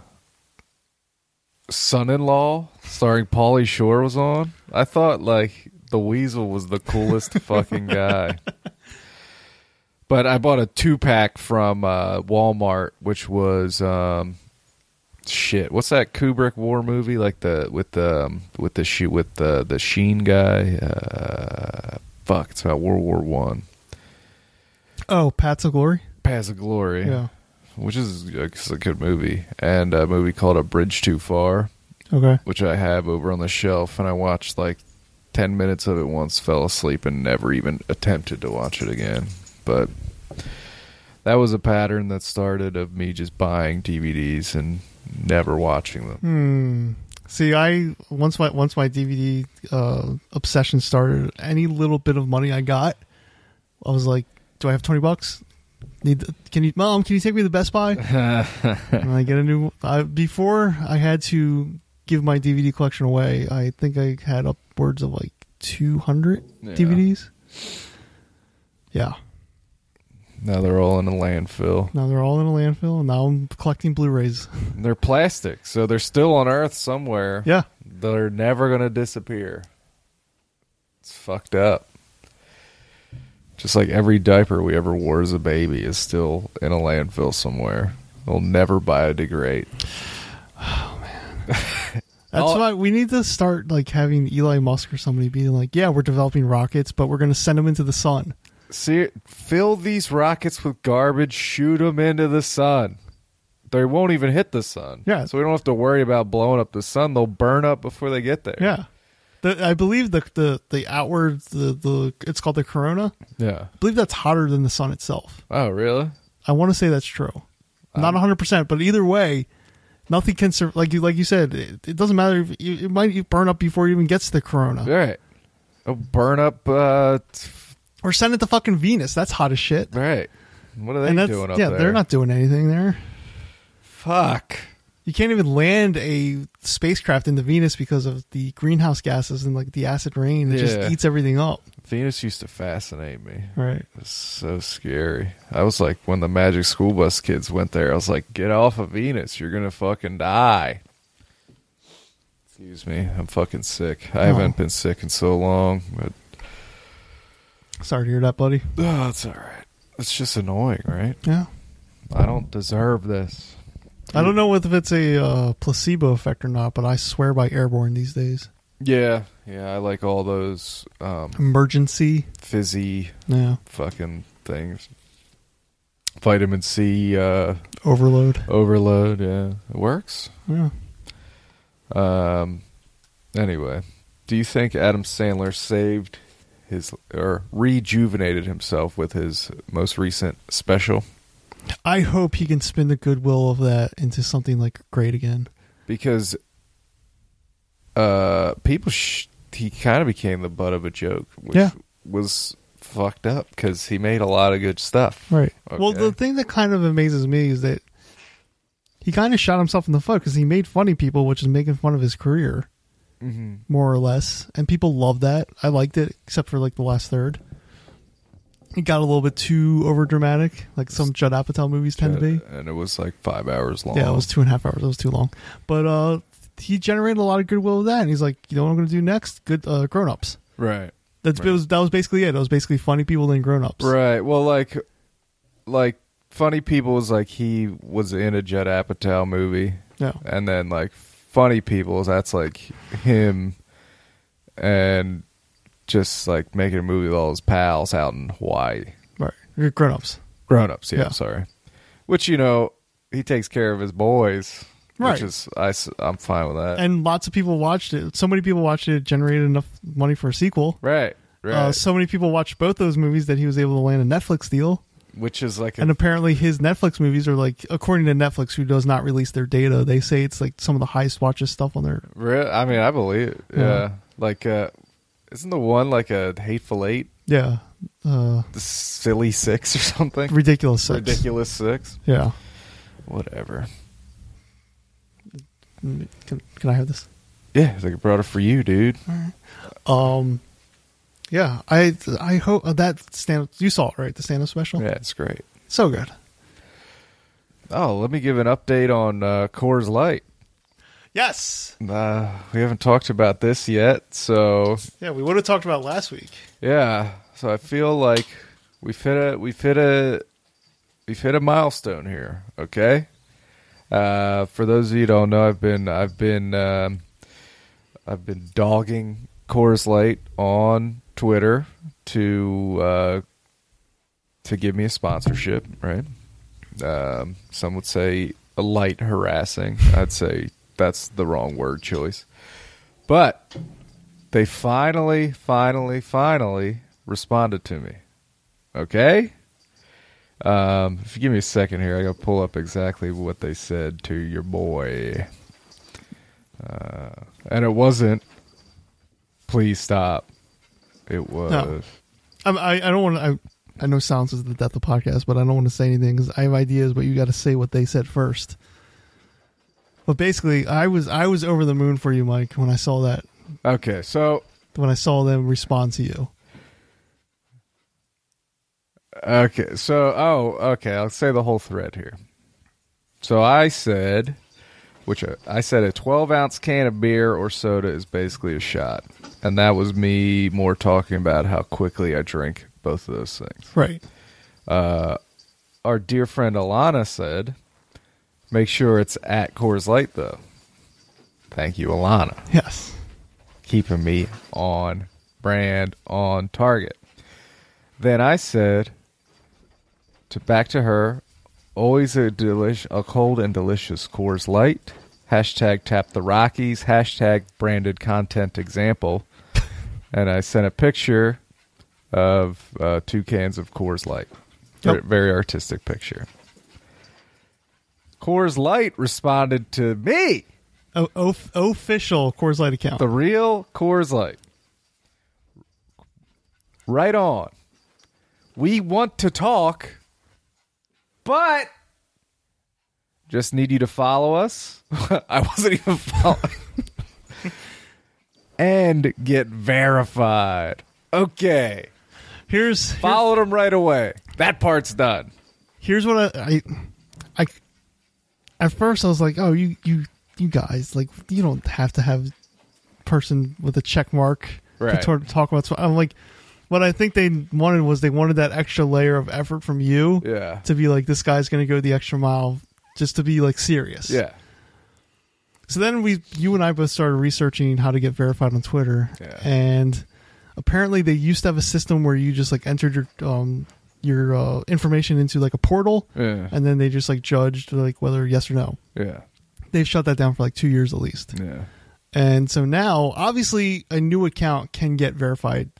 S1: Son-in-Law, starring Pauly Shore, was on, I thought like the Weasel was the coolest fucking guy. But I bought a two pack from uh, Walmart, which was um, shit. What's that Kubrick war movie like the with the um, with the she with the the Sheen guy? Uh, fuck, it's about World War One.
S2: Oh, Paths of Glory.
S1: Paths of Glory
S2: Yeah.
S1: which is it's a good movie, and a movie called A Bridge Too Far,
S2: Okay.
S1: which I have over on the shelf, and I watched like ten minutes of it once, fell asleep, and never even attempted to watch it again. But that was a pattern that started of me just buying DVDs and never watching them.
S2: Hmm. See, I once my once my DVD uh, obsession started. Any little bit of money I got, I was like, "Do I have twenty bucks? Need can you, mom? Can you take me to Best Buy?" and I get a new. I, before I had to give my DVD collection away, I think I had upwards of like two hundred
S1: Yeah.
S2: DVDs. Yeah.
S1: Now they're all in a landfill.
S2: Now they're all in a landfill, and now I'm collecting Blu-rays.
S1: They're plastic, so they're still on Earth somewhere.
S2: Yeah.
S1: They're never going to disappear. It's fucked up. Just like every diaper we ever wore as a baby is still in a landfill somewhere. They'll never biodegrade.
S2: That's
S1: All-
S2: why we need to start like having Eli Musk or somebody being like, "Yeah, we're developing rockets, but we're going to send them into the sun."
S1: See, fill these rockets with garbage, shoot them into the sun. They won't even hit the sun.
S2: Yeah.
S1: So we don't have to worry about blowing up the sun. They'll burn up before they get there.
S2: Yeah, the, I believe the the the outward the the it's called the corona.
S1: Yeah.
S2: I believe that's hotter than the sun itself.
S1: Oh, really?
S2: I want to say that's true. Not hundred percent, but either way, nothing can sur- like you like you said. It, it doesn't matter if you, it might burn up before it even gets to the corona,
S1: All right. Oh, burn up. Uh, t-
S2: or send it to fucking Venus. That's hot as shit.
S1: all right. What are
S2: and
S1: they
S2: that's
S1: doing up
S2: yeah,
S1: there?
S2: they're not doing anything there.
S1: Fuck.
S2: you can't even land a spacecraft into Venus because of the greenhouse gases and like the acid rain.
S1: Yeah.
S2: It just eats everything up.
S1: Venus used to fascinate me.
S2: Right.
S1: It was so scary. I was like, when the Magic School Bus kids went there, I was like, get off of Venus. You're going to fucking die. Excuse me. I'm fucking sick. I
S2: Oh.
S1: haven't been sick in so long, but
S2: Sorry to hear that, buddy.
S1: oh, it's all right. It's just annoying, right?
S2: Yeah.
S1: I don't deserve this.
S2: I don't know what- if it's a uh, placebo effect or not, but I swear by airborne these days.
S1: Yeah. Yeah. I like all those um,
S2: Emergency.
S1: fizzy
S2: Yeah.
S1: fucking things. Vitamin C uh,
S2: Overload.
S1: overload. Yeah. It works.
S2: Yeah.
S1: Um. Anyway, do you think Adam Sandler saved his or rejuvenated himself with his most recent special?
S2: I hope he can spin the goodwill of that into something like great again.
S1: Because uh, people sh- he kind of became the butt of a joke, which
S2: Yeah.
S1: was fucked up because he made a lot of good stuff.
S2: Right. Well,
S1: Okay.
S2: the thing that kind of amazes me is that he kind of shot himself in the foot because he made funny people, which is making fun of his career.
S1: Mm-hmm.
S2: more or less, and people love that. I liked it, except for like the last third. It got a little bit too over dramatic, like some Judd Apatow movies tend to be.
S1: and it was like five hours long.
S2: Yeah, it was two and a half hours. It was too long, but uh, he generated a lot of goodwill with that. And he's like, you know what I'm going to do next? Good uh, grown ups.
S1: right.
S2: That's
S1: Right.
S2: it was that was basically it. That was basically funny people then grown ups.
S1: Right. Well, like, like funny people was like he was in a Judd Apatow movie,
S2: Yeah.
S1: and then like funny people that's like him, and just like making a movie with all his pals out in Hawaii,
S2: Right. Grown ups.
S1: grown ups. Yeah,
S2: Yeah.
S1: I'm sorry. Which you know he takes care of his boys,
S2: Right.
S1: Which is I am fine with that.
S2: And lots of people watched it. So many people watched it. It generated enough money for a sequel.
S1: right. Right.
S2: Uh, so many people watched both those movies that he was able to land a Netflix deal.
S1: which is like a
S2: And apparently, his Netflix movies are like, according to Netflix, who does not release their data, they say it's like some of the highest watches stuff on their.
S1: real. I mean, I believe. It. Yeah.
S2: Yeah.
S1: Like, uh, isn't the one like a hateful eight?
S2: Yeah, uh,
S1: the silly six or something.
S2: ridiculous. Sex.
S1: Ridiculous six.
S2: Yeah.
S1: Whatever.
S2: Can, can I have this?
S1: Yeah, it's like I brought it for you, dude.
S2: Um, yeah. I I hope uh, that stand. You saw it right? The stand up special.
S1: Yeah, it's great.
S2: So good.
S1: Oh, let me give an update on uh, Coors Light.
S2: Yes.
S1: Uh, we haven't talked about this yet, so
S2: Yeah, we would have talked about it last week.
S1: yeah. So I feel like we've hit a we've hit a we've hit a milestone here. Okay. Uh, for those of you who don't know, I've been I've been um, I've been dogging Coors Light on Twitter to uh, to give me a sponsorship, right? Um, some would say a light harassing. I'd say that's the wrong word choice. But they finally, finally, finally responded to me. Okay? Um, if you give me a second here, I gotta pull up exactly what they said to your boy. Uh, and it wasn't. Please stop. It was.
S2: I'm, I, I don't want to. I, I know sounds is the death of podcast, but I don't want to say anything because I have ideas, but you got to say what they said first. But basically, I was I was over the moon for you, Mike, when I saw that
S1: Okay, so
S2: when I saw them respond to you.
S1: Okay, so oh, okay. I'll say the whole thread here. So I said, which uh, I said, a twelve ounce can of beer or soda is basically a shot, and that was me more talking about how quickly I drink both of those things.
S2: Right.
S1: Our dear friend Alana said, "Make sure it's at Coors Light, though." Thank you, Alana.
S2: Yes.
S1: keeping me on brand, on target. Then I said to back to her, always a delish, a cold and delicious Coors Light. Hashtag tap the Rockies. Hashtag branded content example. and I sent a picture of uh, two cans of Coors Light.
S2: Yep.
S1: Ver- Very artistic picture. Coors Light responded to me.
S2: O- of- official Coors Light account.
S1: The real Coors Light. Right on. We want to talk, but just need you to follow us. I wasn't even following. and get verified. Okay.
S2: here's, here's
S1: Followed them right away. That part's done.
S2: here's what I, I, I, at first I was like, oh, you, you, you guys, like, you don't have to have person with a check mark
S1: Right.
S2: to tor- talk about. So I'm like, what I think they wanted was they wanted that extra layer of effort from you
S1: Yeah.
S2: to be like, this guy's going to go the extra mile just to be like serious.
S1: Yeah.
S2: So then we, you and I both started researching how to get verified on Twitter,
S1: Yeah.
S2: and apparently they used to have a system where you just like entered your um your uh, information into like a portal,
S1: Yeah.
S2: and then they just like judged like whether yes or no.
S1: Yeah.
S2: They've shut that down for like two years at least,
S1: Yeah.
S2: and so now obviously a new account can get verified.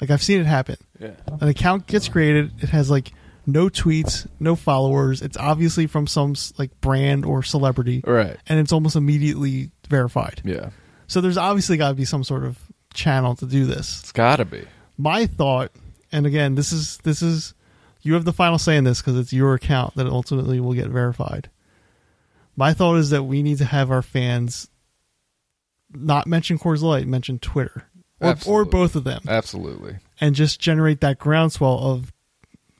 S2: Like I've seen it happen.
S1: Yeah.
S2: An account gets created. It has like no tweets, no followers. It's obviously from some like brand or celebrity,
S1: Right.
S2: and it's almost immediately verified.
S1: Yeah.
S2: So there's obviously got to be some sort of channel to do this.
S1: It's got to be.
S2: My thought, and again, this is this is you have the final say in this because it's your account that ultimately will get verified. My thought is that we need to have our fans not mention Coors Light, mention Twitter or, or
S1: Absolutely.
S2: both of them,
S1: Absolutely.
S2: and just generate that groundswell of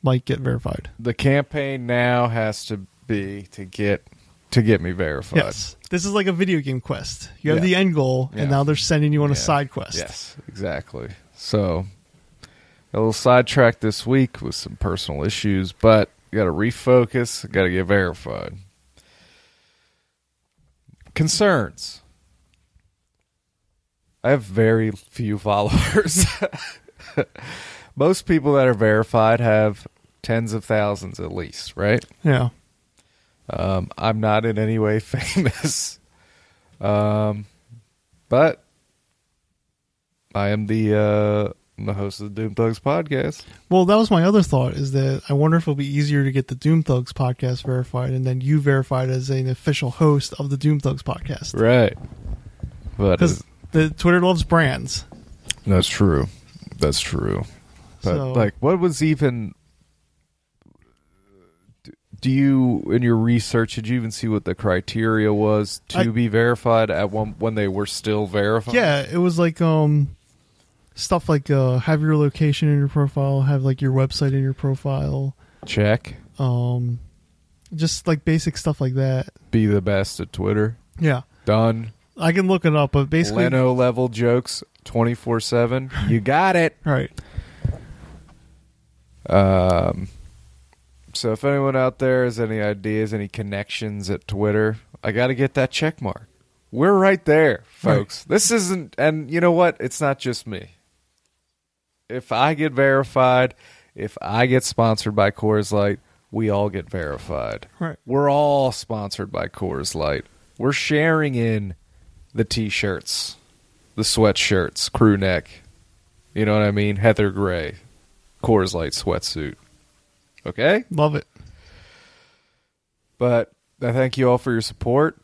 S2: like get verified.
S1: the campaign now has to be to get to get me verified.
S2: Yes, this is like a video game quest. You have
S1: Yeah.
S2: the end goal,
S1: Yeah.
S2: and now they're sending you on a
S1: Yeah.
S2: side quest.
S1: Yes, exactly. So a little sidetrack this week with some personal issues, but got to refocus, got to get verified. Concerns. I have very few followers. Most people that are verified have tens of thousands at least, right?
S2: Yeah.
S1: Um, I'm not in any way famous, um, but I am the uh, I'm the host of the Doom Thugs podcast.
S2: Well, that was my other thought is that I wonder if it'll be easier to get the Doom Thugs podcast verified and then you verified as an official host of the Doom Thugs podcast.
S1: Right, but uh,
S2: Because the Twitter loves brands.
S1: that's true. That's true. But
S2: So-
S1: like, what was even? Do you, in your research, did you even see what the criteria was to
S2: I-
S1: be verified at one when they were still verified?
S2: Yeah, it was like um stuff like uh have your location in your profile, have like your website in your profile,
S1: check.
S2: um just like basic stuff like that.
S1: Be the best at Twitter.
S2: Yeah.
S1: Done.
S2: I can look it up, but basically
S1: Leno level jokes 24 7. You got it.
S2: right.
S1: Um, so, if anyone out there has any ideas, any connections at Twitter, I got to get that check mark. We're right there, folks. This isn't, and you know what? It's not just me. If I get verified, if I get sponsored by Coors Light, we all get verified.
S2: Right.
S1: We're all sponsored by Coors Light. We're sharing in the t-shirts, the sweatshirts, crew neck. You know what I mean? Heather Gray, Coors Light sweatsuit. Okay?
S2: Love it.
S1: But I thank you all for your support,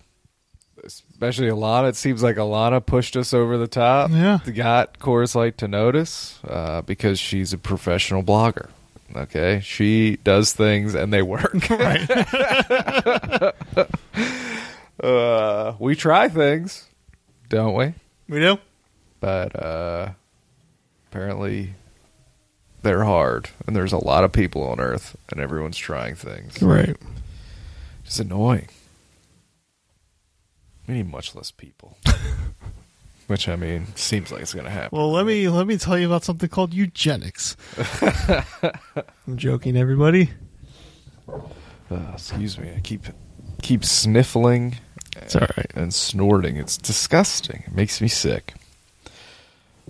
S1: especially Alana. It seems like Alana pushed us over the top.
S2: Yeah.
S1: Got Chorus Light to notice uh, because she's a professional blogger. Okay. She does things and they work.
S2: Right.
S1: uh, we try things, don't we?
S2: we do.
S1: But uh, apparently they're hard and there's a lot of people on Earth and everyone's trying things.
S2: Right.
S1: It's annoying. We need much less people. Which I mean, seems like it's gonna happen.
S2: Well, let me let me tell you about something called eugenics. I'm joking, everybody.
S1: Uh, excuse me, I keep keep sniffling
S2: It's all right.
S1: and snorting. It's disgusting. It makes me sick.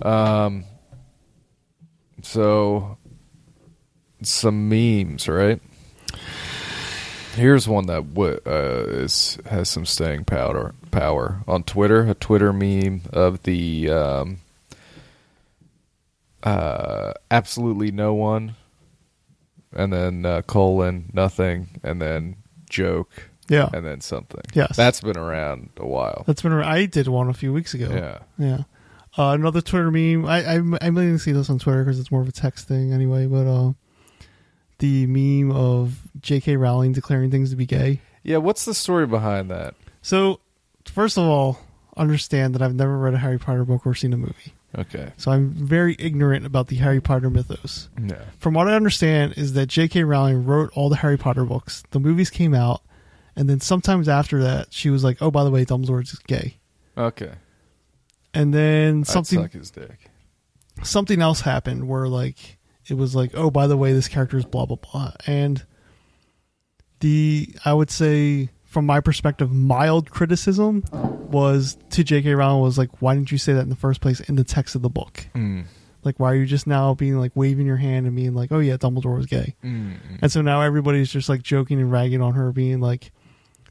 S1: Um. So, some memes, right? Here's one that w- uh, is, has some staying power power on Twitter. A Twitter meme of the um, uh, absolutely no one, and then uh, colon nothing, and then joke,
S2: Yeah.
S1: and then something.
S2: Oh. Yes.
S1: That's been around a while.
S2: That's been. I did one a few weeks ago.
S1: yeah.
S2: Yeah. Uh, another Twitter meme. I I, I mainly see this on Twitter because it's more of a text thing anyway. But uh, the meme of J.K. Rowling declaring things to be gay.
S1: Yeah, what's the story behind that?
S2: So, first of all, understand that I've never read a Harry Potter book or seen a movie,
S1: Okay.
S2: so I'm very ignorant about the Harry Potter mythos.
S1: Yeah.
S2: From what I understand, is that J.K. Rowling wrote all the Harry Potter books. The movies came out, and then sometimes after that, she was like, "Oh, by the way, Dumbledore's gay."
S1: Okay.
S2: And then
S1: Something.
S2: something
S1: I'd suck his dick.
S2: something else happened where like it was like oh by the way this character is blah blah blah and the i would say from my perspective mild criticism was to jk rowling was like why didn't you say that in the first place in the text of the book
S1: Mm.
S2: like why are you just now being like waving your hand and being like oh yeah dumbledore was gay
S1: Mm.
S2: and so now everybody's just like joking and ragging on her being like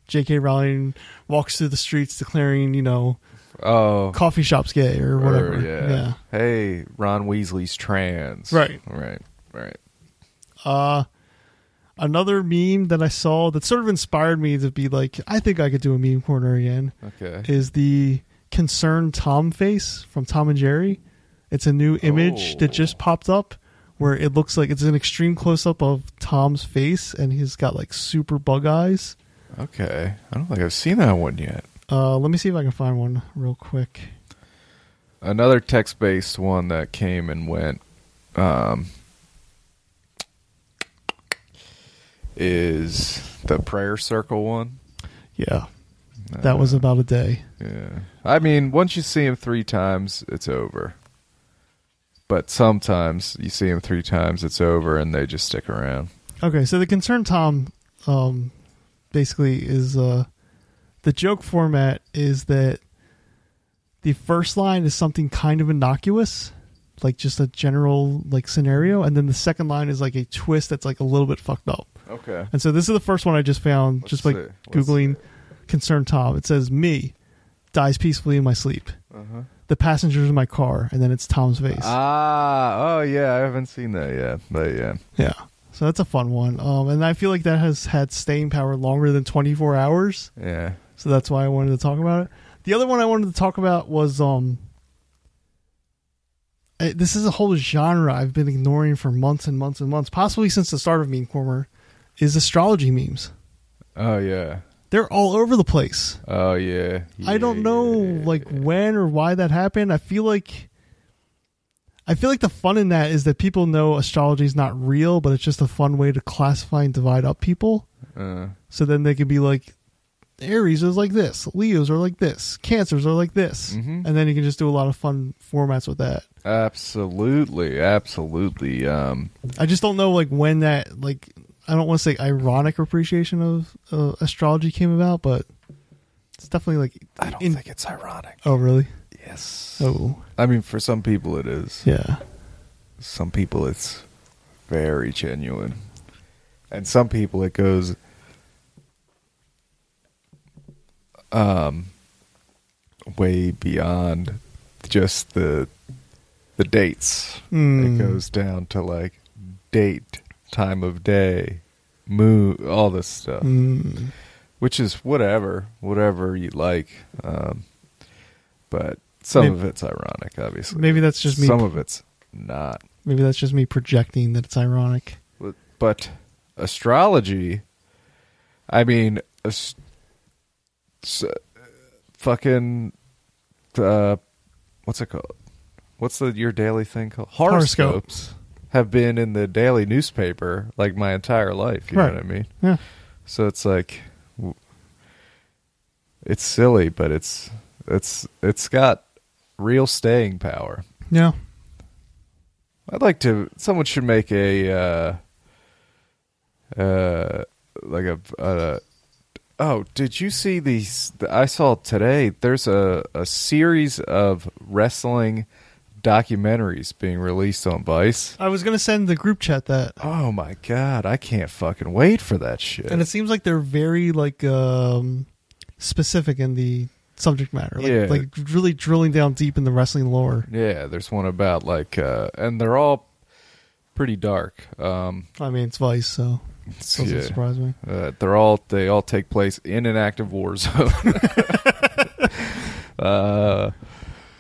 S2: jk rowling walks through the streets declaring you know
S1: Oh.
S2: coffee shops gay or whatever
S1: or, yeah.
S2: yeah.
S1: Hey, Ron Weasley's trans.
S2: Right.
S1: Right. Right.
S2: Uh, another meme that I saw that sort of inspired me to be like, I think I could do a meme corner again
S1: Okay.
S2: is the concerned Tom face from Tom and Jerry. It's a new image that
S1: Oh.
S2: just popped up where it looks like it's an extreme close up of Tom's face and he's got like super bug eyes.
S1: Okay. I don't think I've seen that one yet.
S2: Uh, let me see if I can find one real quick.
S1: Another text based one that came and went um, is the prayer circle one.
S2: Yeah, that was about a day.
S1: Yeah. I mean, once you see him three times, it's over. But sometimes you see him three times, it's over, and they just stick around.
S2: Okay, so the concern Tom um, basically is uh, the joke format is that the first line is something kind of innocuous, like just a general like scenario, and then the second line is like a twist that's like a little bit fucked up.
S1: Okay.
S2: And so this is the first one I just found,
S1: Let's
S2: just like
S1: see. Let's
S2: googling concern Tom. It says me dies peacefully in my sleep.
S1: Uh-huh.
S2: The passengers in my car, and then it's Tom's face.
S1: Ah, oh yeah, I haven't seen that yet, but yeah,
S2: Yeah. So that's a fun one. Um, and I feel like that has had staying power longer than 24 hours.
S1: yeah.
S2: So that's why I wanted to talk about it. The other one I wanted to talk about was um, eh, this is a whole genre I've been ignoring for months and months and months, possibly since the start of Meme Corner, is astrology memes.
S1: Oh yeah.
S2: They're all over the place.
S1: Oh yeah.
S2: I don't know
S1: Yeah.
S2: like when or why that happened. I feel like I feel like the fun in that is that people know astrology is not real, but it's just a fun way to classify and divide up people.
S1: Uh,
S2: So then they could be like Aries is like this, Leos are like this, Cancers are like this,
S1: Mhm.
S2: and then you can just do a lot of fun formats with that.
S1: absolutely, absolutely. Um,
S2: I just don't know like when that like I don't want to say ironic appreciation of uh, astrology came about, but it's definitely like
S1: I don't
S2: in-
S1: think it's ironic.
S2: oh really
S1: Yes.
S2: oh
S1: I mean, for some people it is.
S2: yeah
S1: some people it's very genuine and some people it goes um way beyond just the the dates
S2: Hmm.
S1: it goes down to like date time of day, mood, all this stuff,
S2: Mm.
S1: which is whatever, whatever you like. Um, but some
S2: Maybe-
S1: of it's ironic, obviously.
S2: Maybe that's just me.
S1: Some of it's not.
S2: Maybe that's just me projecting that it's ironic.
S1: But astrology, I mean, as, s- fucking, uh, what's it called? What's the your daily thing called?
S2: Horoscope.
S1: Horoscopes have been in the daily newspaper like my entire life. You
S2: Right.
S1: know what I mean?
S2: Yeah.
S1: So it's like, w- it's silly, but it's it's it's got real staying power.
S2: Yeah.
S1: I'd like to. Someone should make a, uh, uh, like a, uh, oh, did you see these? I saw today. There's a a series of wrestling documentaries being released on Vice.
S2: I was gonna send the group chat that,
S1: Oh my god, I can't fucking wait for that shit.
S2: and it seems like they're very like um, specific in the subject matter. Like,
S1: Yeah.
S2: like really drilling down deep in the wrestling lore.
S1: yeah, there's one about like, uh, and they're all pretty dark. Um,
S2: I mean, it's Vice, so it doesn't
S1: yeah.
S2: surprise me.
S1: Uh, they're all they all take place in an active war zone. uh,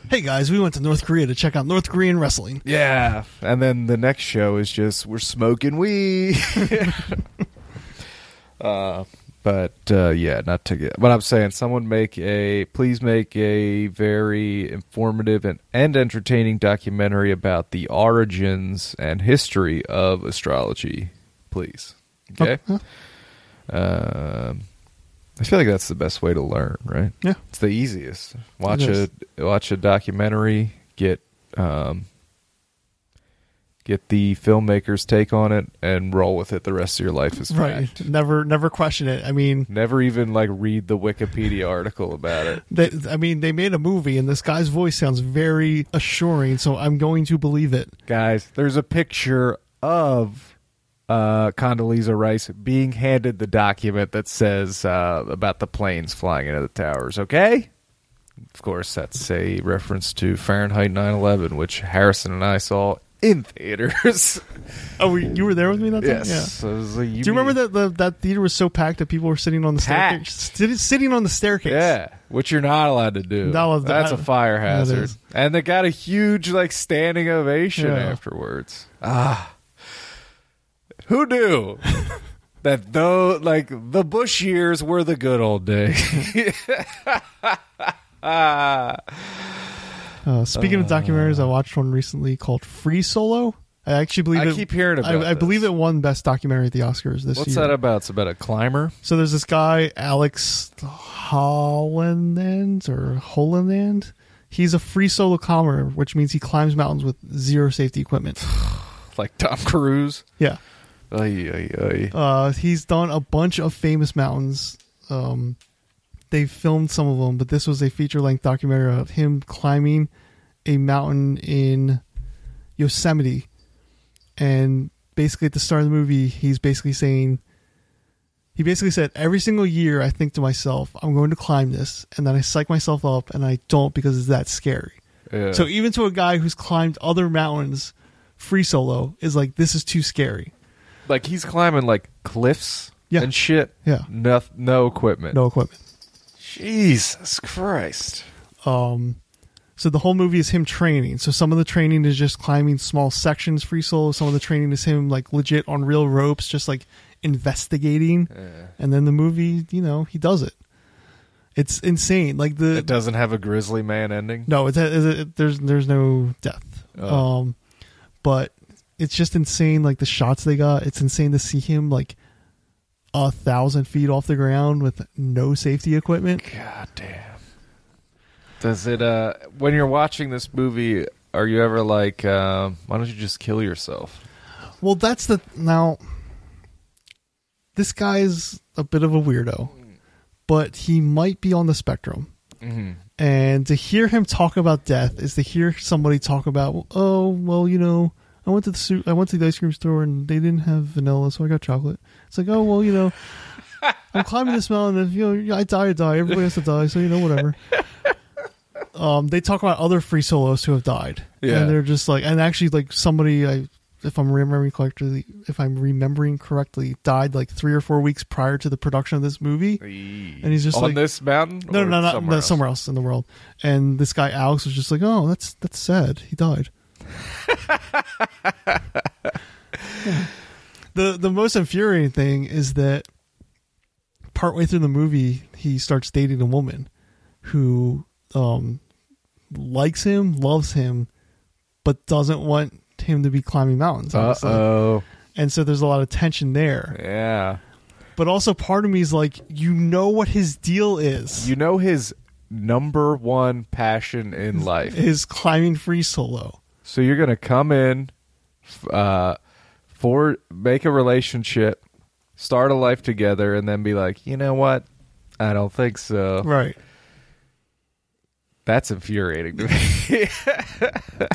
S2: Hey guys, we went to North Korea to check out North Korean wrestling.
S1: yeah, and then the next show is just we're smoking weed. uh, but uh, yeah, not to get. But I'm saying someone make a please make a very informative and and entertaining documentary about the origins and history of astrology, please. Okay.
S2: Oh,
S1: Um, I feel like that's the best way to learn, right?
S2: yeah.
S1: It's the easiest. Watch
S2: is.
S1: a watch a documentary. Get um, get the filmmaker's take on it and roll with it the rest of your life is
S2: yeah. Right.
S1: fact.
S2: Never, never question it. I mean,
S1: Never even like read the Wikipedia article about it.
S2: they, I mean, they made a movie, and this guy's voice sounds very assuring, so I'm going to believe it.
S1: Guys, there's a picture of uh, Condoleezza Rice being handed the document that says uh, about the planes flying into the towers, okay? Of course, that's a reference to Fahrenheit 9/11, which Harrison and I saw in theaters.
S2: Oh, were- you were there with me that time.
S1: yes.
S2: Yeah.
S1: So it was like,
S2: Do you remember
S1: mean-
S2: that the, that theater was so packed that people were sitting on the
S1: Packed.
S2: staircase? Sti- Sitting on the staircase.
S1: Yeah, which you're not allowed to do.
S2: Not allowed to-
S1: That's a fire
S2: That is.
S1: hazard. And they got a huge like standing ovation
S2: Yeah.
S1: afterwards. Ah, who knew that though? Like the Bush years were the good old days.
S2: Uh, speaking of documentaries, I watched one recently called Free Solo. I actually believe
S1: I
S2: it,
S1: keep hearing about.
S2: I, I
S1: this.
S2: believe it won best documentary at the Oscars this
S1: What's
S2: year.
S1: that about? It's about a climber.
S2: So there's this guy, Alex Holland or Holland. He's a free solo climber, which means he climbs mountains with zero safety equipment.
S1: Like Tom Cruise.
S2: Yeah.
S1: Ay, ay, ay.
S2: Uh, he's done a bunch of famous mountains. Um, they filmed some of them, but this was a feature length documentary of him climbing a mountain in Yosemite. And basically, at the start of the movie, he's basically saying, he basically said, Every single year, I think to myself, I'm going to climb this. And then I psych myself up and I don't because it's that scary.
S1: Yeah.
S2: Uh, So even to a guy who's climbed other mountains free solo is like, this is too scary.
S1: like he's climbing like cliffs
S2: Yeah.
S1: and shit.
S2: Yeah.
S1: No, no equipment.
S2: No equipment.
S1: Jesus Christ.
S2: um so the whole movie is him training so some of the training is just climbing small sections free solo some of the training is him like legit on real ropes just like investigating
S1: Yeah.
S2: and then the movie you know he does it it's insane like the
S1: It doesn't have a grizzly man ending.
S2: no it's, it's it, there's there's no death
S1: Oh.
S2: um but it's just insane like the shots they got it's insane to see him like a thousand feet off the ground with no safety equipment
S1: God damn. Does it? Uh, when you're watching this movie, are you ever like, uh, why don't you just kill yourself?
S2: Well, that's the now. This guy's a bit of a weirdo, but he might be on the spectrum.
S1: Mm-hmm.
S2: And to hear him talk about death is to hear somebody talk about, oh, well, you know, I went to the su- I went to the ice cream store and they didn't have vanilla, so I got chocolate. It's like, oh, well, you know, I'm climbing this mountain. And, you know, I die, I die. Everybody has to die, so you know, whatever. Um, they talk about other free solos who have died,
S1: Yeah.
S2: and they're just like, and actually, like somebody I if I'm remembering correctly, if I'm remembering correctly, died like three or four weeks prior to the production of this movie.
S1: And
S2: he's just
S1: on
S2: like-
S1: this mountain.
S2: No,
S1: or
S2: no, no, no,
S1: somewhere
S2: no,
S1: else?
S2: somewhere else in the world. And this guy Alex was just like, "Oh, that's that's sad. He died." Yeah. The the most infuriating thing is that partway through the movie, he starts dating a woman who um, likes him, loves him, but doesn't want him to be climbing mountains.
S1: Uh
S2: obviously.
S1: oh.
S2: And so there's a lot of tension there.
S1: Yeah.
S2: But also, part of me is like, you know what his deal is.
S1: You know his number one passion in life.
S2: is climbing free solo.
S1: So you're gonna come in, f- uh, for make a relationship, start a life together, and then be like, you know what? I don't think so.
S2: Right.
S1: That's infuriating to me.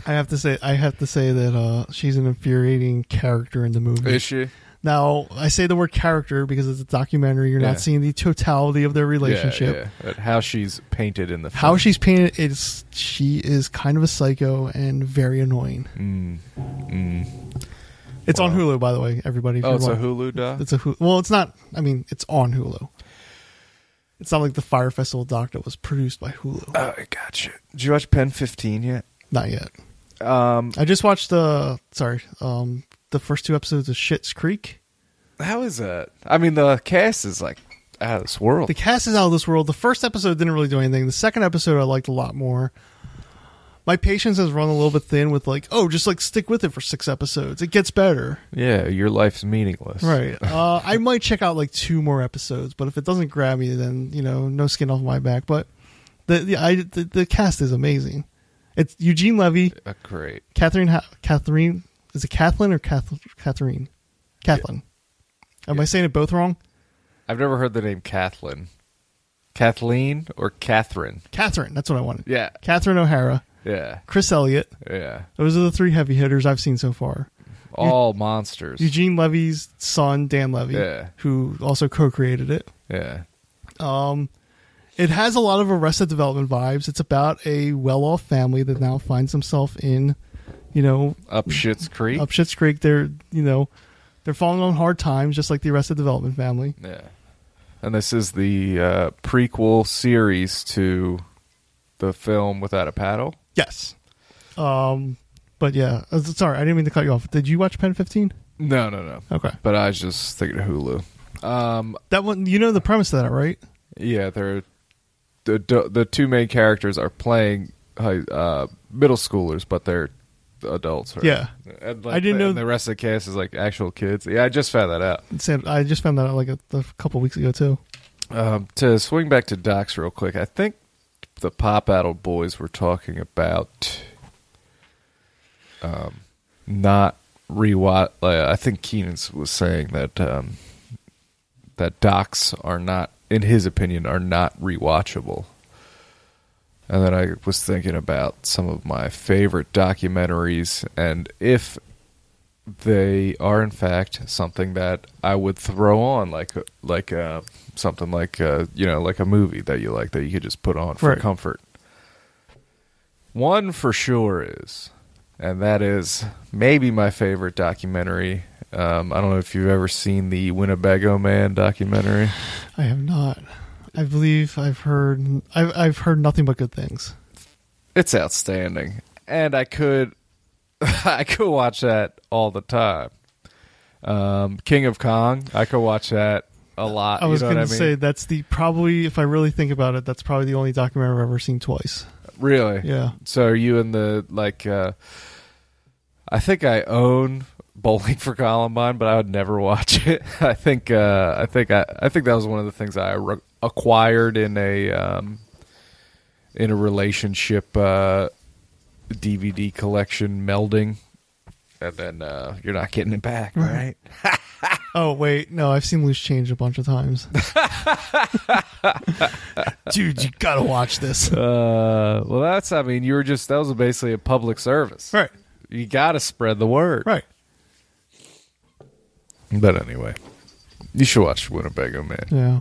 S2: I have to say I have to say that uh, she's an infuriating character in the movie.
S1: she?
S2: Now I say the word character because it's a documentary. You're
S1: Yeah.
S2: not seeing the totality of their relationship.
S1: Yeah, But how she's painted in the film.
S2: How she's painted is she is kind of a psycho and very annoying.
S1: Mm. Mm.
S2: It's on
S1: Wow.
S2: Hulu, by the way, everybody. if
S1: Oh,
S2: you
S1: it's a
S2: want.
S1: Hulu doc.
S2: It's a Hulu. Well, it's not. I mean, it's on Hulu. It's not like the Fire Festival doc that was produced by Hulu.
S1: Oh, gotcha. Did you watch Pen Fifteen yet?
S2: Not yet.
S1: Um,
S2: I just watched the sorry, um, the first two episodes of Shit's Creek.
S1: how is that? I mean, the cast is like out of this world.
S2: The cast is out of this world. The first episode didn't really do anything. The second episode I liked a lot more. My patience has run a little bit thin with like, oh, just like stick with it for six episodes. It gets better.
S1: yeah, your life's meaningless.
S2: Right. Uh, I might check out like two more episodes, but if it doesn't grab me, then you know, no skin off my back. But the the I, the, the cast is amazing. It's Eugene Levy,
S1: Uh, great.
S2: Catherine, ha- Catherine, is it Kathleen or Kath- Catherine? Kathleen. Am I saying it both wrong?
S1: I've never heard the name Kathleen. Kathleen or Catherine?
S2: Catherine. That's what I wanted.
S1: Yeah,
S2: Catherine O'Hara,
S1: yeah,
S2: Chris Elliott.
S1: yeah.
S2: Those are the three heavy hitters I've seen so far.
S1: All monsters.
S2: Eugene Levy's son, Dan Levy,
S1: Yeah.
S2: who also co-created it.
S1: yeah.
S2: Um, it has a lot of Arrested Development vibes. It's about a well-off family that now finds himself in, you know,
S1: Up Shit's Creek.
S2: up Shit's Creek. They're, you know, they're falling on hard times, just like the Arrested Development family.
S1: Yeah. And this is the uh, prequel series to the film Without a Paddle.
S2: Yes. Um, but yeah, uh, sorry, I didn't mean to cut you off. Did you watch Pen Fifteen?
S1: No, no, no.
S2: Okay,
S1: But I was just thinking of Hulu. Um,
S2: that one. You know the premise of that, right?
S1: yeah, they're the the the two main characters are playing high, uh, middle schoolers, but they're adults. Right?
S2: Yeah.
S1: and like
S2: I didn't
S1: the,
S2: know-
S1: and the rest of the cast is like actual kids. Yeah, I just found that out.
S2: It's- I just found that out like a, a couple weeks ago too.
S1: Um, to swing back to Docs real quick, I think the Pop Addle boys were talking about um, not rewatch. Like, I think Keenan was saying that um, that Docs are not, in his opinion, are not rewatchable. And then I was thinking about some of my favorite documentaries, and if they are in fact something that I would throw on, like like uh, something like uh, you know like a movie that you like that you could just put on for
S2: Right.
S1: comfort. One for sure is, and that is maybe my favorite documentary. Um, I don't know if you've ever seen the Winnebago Man documentary.
S2: I have not. I believe I've heard I've I've heard nothing but good things.
S1: It's outstanding, and I could I could watch that all the time. Um, King of Kong, I could watch that a lot.
S2: I was
S1: Uh, you know
S2: going
S1: what
S2: to
S1: I mean?
S2: say that's the probably if I really think about it, that's probably the only documentary I've ever seen twice.
S1: really,
S2: Yeah,
S1: So are you in the like? uh I think I own Bowling for Columbine, but I would never watch it. I think uh I think I I think that was one of the things I re- acquired in a um in a relationship uh DVD collection melding. And then uh, you're not getting it back, right?
S2: Oh wait, no, I've seen Loose Change a bunch of times. Dude, you gotta watch this.
S1: Uh, well, that's I mean, you were just that was basically a public service.
S2: Right,
S1: You got to spread the word.
S2: right.
S1: But anyway, you should watch Winnebago Man.
S2: Yeah,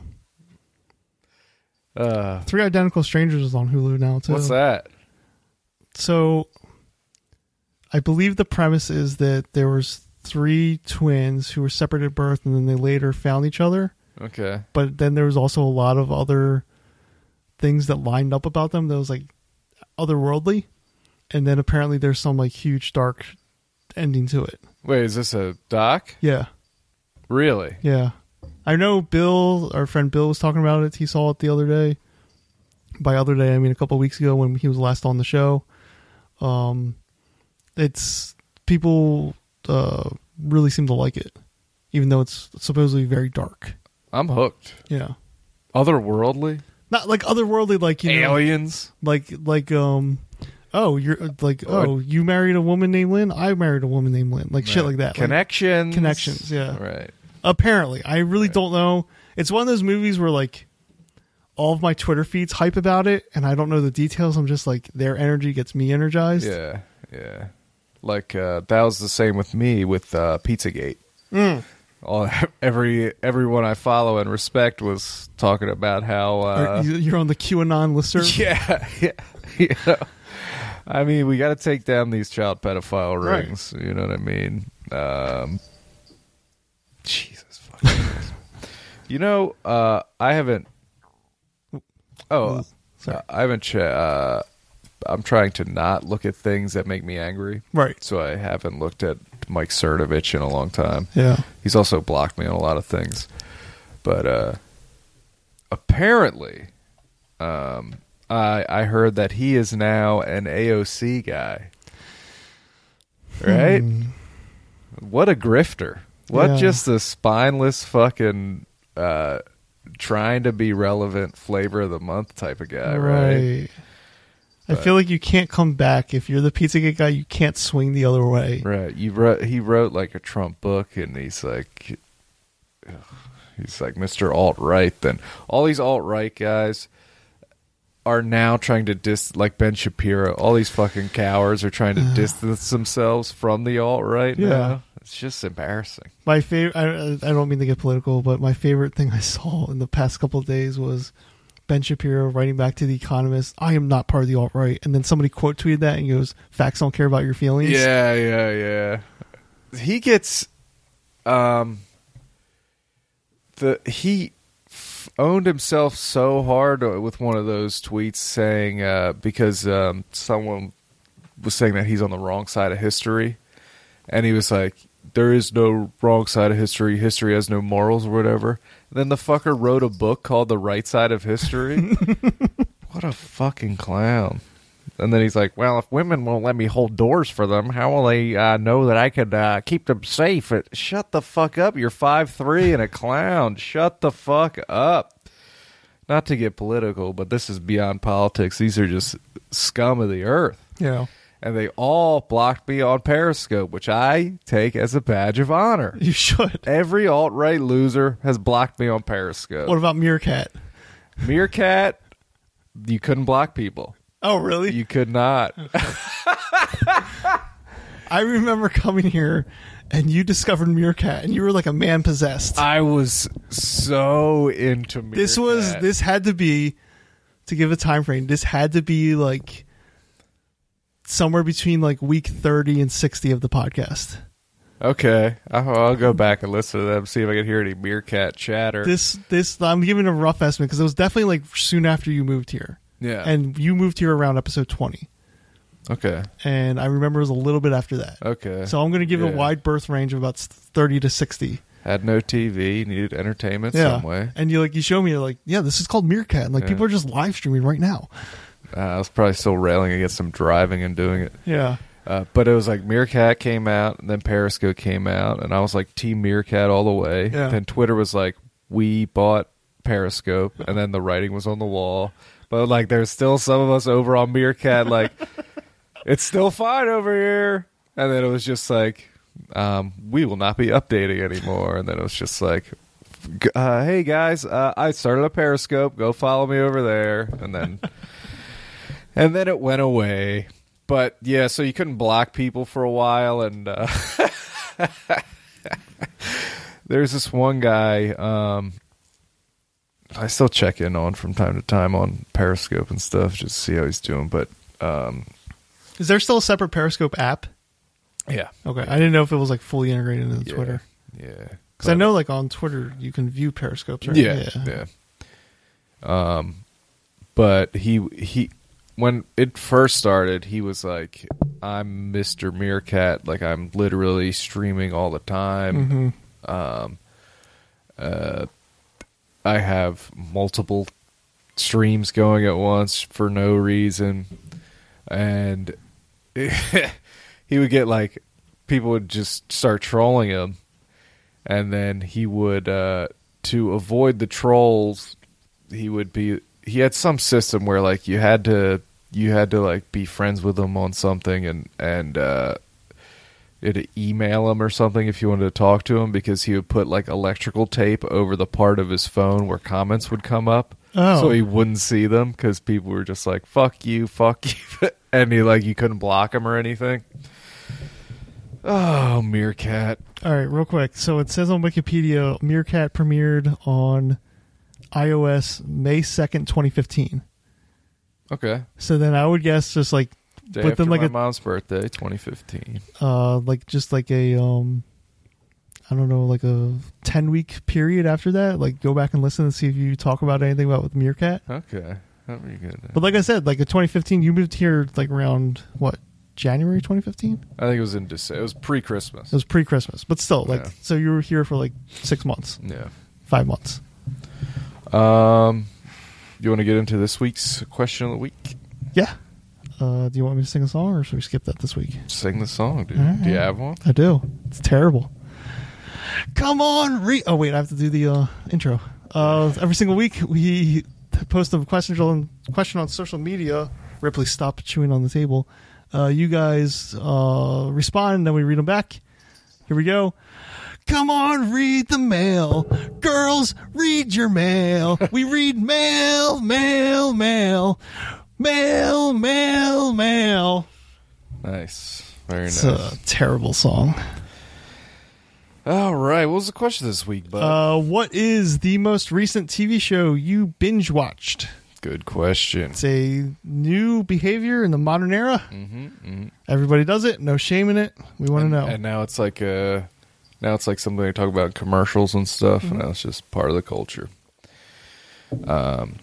S1: Uh,
S2: Three Identical Strangers is on Hulu now too.
S1: what's that?
S2: So, I believe the premise is that there was three twins who were separated at birth, and then they later found each other.
S1: Okay.
S2: But then there was also a lot of other things that lined up about them that was like otherworldly, and then apparently there's some like huge dark ending to it.
S1: Wait, is this a doc?
S2: Yeah,
S1: Really?
S2: yeah. I know Bill, our friend Bill, was talking about it. He saw it the other day. By other day, I mean a couple weeks ago when he was last on the show. Um, it's people uh, really seem to like it, even though it's supposedly very dark.
S1: I'm hooked.
S2: Yeah,
S1: Otherworldly?
S2: not like otherworldly, like you know,
S1: Aliens?
S2: like like um. Oh, you're like oh, you married a woman named Lynn. I married a woman named Lynn. Like shit, like that. Like,
S1: Connections.
S2: connections, yeah.
S1: Right.
S2: apparently i really don't know it's one of those movies where like all of my twitter feeds hype about it and i don't know the details i'm just like their energy gets me energized
S1: Yeah. Yeah. Like uh, that was the same with me with uh, Pizzagate.
S2: Mm.
S1: All every everyone I follow and respect was talking about how
S2: Or
S1: uh,
S2: you- you're on the qanon listserv
S1: yeah, yeah, you know. I mean, we got to take down these child pedophile
S2: Right.
S1: rings. You know what I mean? Um, Jesus fucking. Christ. you know, uh, I haven't. Oh,
S2: Sorry.
S1: uh, I haven't. Che- uh, I'm trying to not look at things that make me angry.
S2: right
S1: So I haven't looked at Mike Cernovich in a long time.
S2: yeah
S1: He's also blocked me on a lot of things. But uh apparently um I I heard that he is now an AOC guy. Right? What a grifter. What
S2: Yeah.
S1: just a spineless fucking uh trying to be relevant flavor of the month type of guy, right?
S2: i feel like you can't come back if you're the pizzagate guy you can't swing the other way
S1: Right. You wrote he wrote like a Trump book and he's like ugh, he's like Mr. Alt Right then. All these alt right guys are now trying to dis like Ben Shapiro. All these fucking cowards are trying to distance themselves from the alt right
S2: Yeah.
S1: now. It's just embarrassing.
S2: my favorite I, I don't mean to get political but my favorite thing i saw in the past couple of days was ben shapiro writing back to the economist i am not part of the alt-right and then somebody quote tweeted that and goes facts don't care about your feelings
S1: Yeah, yeah, yeah. He gets um the he f- owned himself so hard with one of those tweets saying uh because um someone was saying that he's on the wrong side of history and he was like there is no wrong side of history history has no morals or whatever then the fucker wrote a book called the right side of history what a fucking clown and then he's like well if women won't let me hold doors for them how will they uh, know that i could uh, keep them safe It- shut the fuck up you're five three and a clown shut the fuck up not to get political but this is beyond politics these are just scum of the earth
S2: yeah
S1: and they all blocked me on Periscope, which I take as a badge of honor.
S2: you should
S1: Every alt right loser has blocked me on Periscope.
S2: what about meerkat
S1: Meerkat, you couldn't block people.
S2: oh really
S1: You could not.
S2: i remember coming here and you discovered meerkat and you were like a man possessed
S1: I was so into Meerkat.
S2: this was this had to be to give a time frame this had to be like somewhere between like week 30 and 60 of the podcast
S1: Okay, I'll, I'll go back and listen to them, see if I can hear any Meerkat chatter.
S2: this this i'm giving a rough estimate because it was definitely like soon after you moved here
S1: yeah.
S2: and you moved here around episode 20
S1: okay.
S2: and i remember it was a little bit after that
S1: Okay.
S2: so i'm going to give
S1: Yeah.
S2: a wide berth range of about 30 to 60
S1: Had no TV, needed entertainment
S2: yeah
S1: some way.
S2: and you like you show me you're like yeah this is called meerkat and like
S1: Yeah.
S2: people are just live streaming right now
S1: Uh, I was probably still railing against some driving and doing it.
S2: yeah
S1: Uh, but it was like Meerkat came out, and then Periscope came out, and I was like Team Meerkat all the way.
S2: Yeah.
S1: Then Twitter was like, we bought Periscope, and then the writing was on the wall. But like, there's still some of us over on Meerkat, like, it's still fine over here. And then it was just like, um, we will not be updating anymore. And then it was just like, g- uh, hey guys, uh, I started a Periscope. Go follow me over there. And then, and then it went away. But yeah, so you couldn't block people for a while, and uh, there's this one guy. Um, I still check in on from time to time on Periscope and stuff, just to see how he's doing. But um,
S2: is there still a separate periscope app
S1: Yeah.
S2: Okay, I didn't know if it was like fully integrated into
S1: Yeah.
S2: Twitter
S1: Yeah.
S2: because I know like on Twitter you can view Periscopes, right?
S1: Yeah, yeah. Um, but he he when it first started, he was like, "I'm Mr. Meerkat. Like I'm literally streaming all the time. Um, uh,
S2: Mhm.
S1: I have multiple streams going at once for no reason." And he would get like people would just start trolling him, and then he would uh, to avoid the trolls he would be he had some system where like you had to you had to like be friends with him on something and and uh you had to email him or something if you wanted to talk to him because he would put like electrical tape over the part of his phone where comments would come up
S2: Oh.
S1: so he wouldn't see them because people were just like fuck you fuck you and he like you couldn't block him or anything oh meerkat
S2: All right, real quick. So it says on Wikipedia, Meerkat premiered on iOS May second, twenty fifteen.
S1: okay
S2: So then I would guess just like
S1: Day
S2: But
S1: after
S2: then, like,
S1: my
S2: a-
S1: mom's birthday 2015
S2: uh like just like a um I don't know, like a ten week period after that. Like go back and listen and see if you talk about anything about with Meerkat.
S1: okay that'd be good
S2: But like I said, like in twenty fifteen you moved here like around what, January twenty fifteen?
S1: I think it was in December. It was pre-Christmas.
S2: It was pre Christmas. But still, like
S1: Yeah.
S2: so you were here for like six months,
S1: yeah.
S2: five months.
S1: Um, you want to get into this week's question of the week?
S2: Yeah. Uh, do you want me to sing a song or should we skip that this week?
S1: Sing the song, dude.
S2: All right.
S1: Do you have one?
S2: I do. It's terrible. Come on, re. Oh wait, I have to do the uh, intro. Uh, every single week we post a question on question on social media. Ripley, stop chewing on the table. Uh, you guys uh, respond, and then we read them back. Here we go. Come on, read the mail. Girls, read your mail. We read mail, mail, mail. Mail, mail, mail.
S1: Nice. Very
S2: It's uh,
S1: nice.
S2: a terrible song.
S1: All right. What was the question this week, bud?
S2: Uh, what is the most recent TV show you binge watched?
S1: Good question.
S2: It's a new behavior in the modern era.
S1: Mm-hmm, mm-hmm.
S2: Everybody does it. No shame in it. We want to
S1: And,
S2: know.
S1: and now it's like uh now it's like something they talk about in commercials and stuff,
S2: Mm-hmm.
S1: and that's just part of the culture. Um,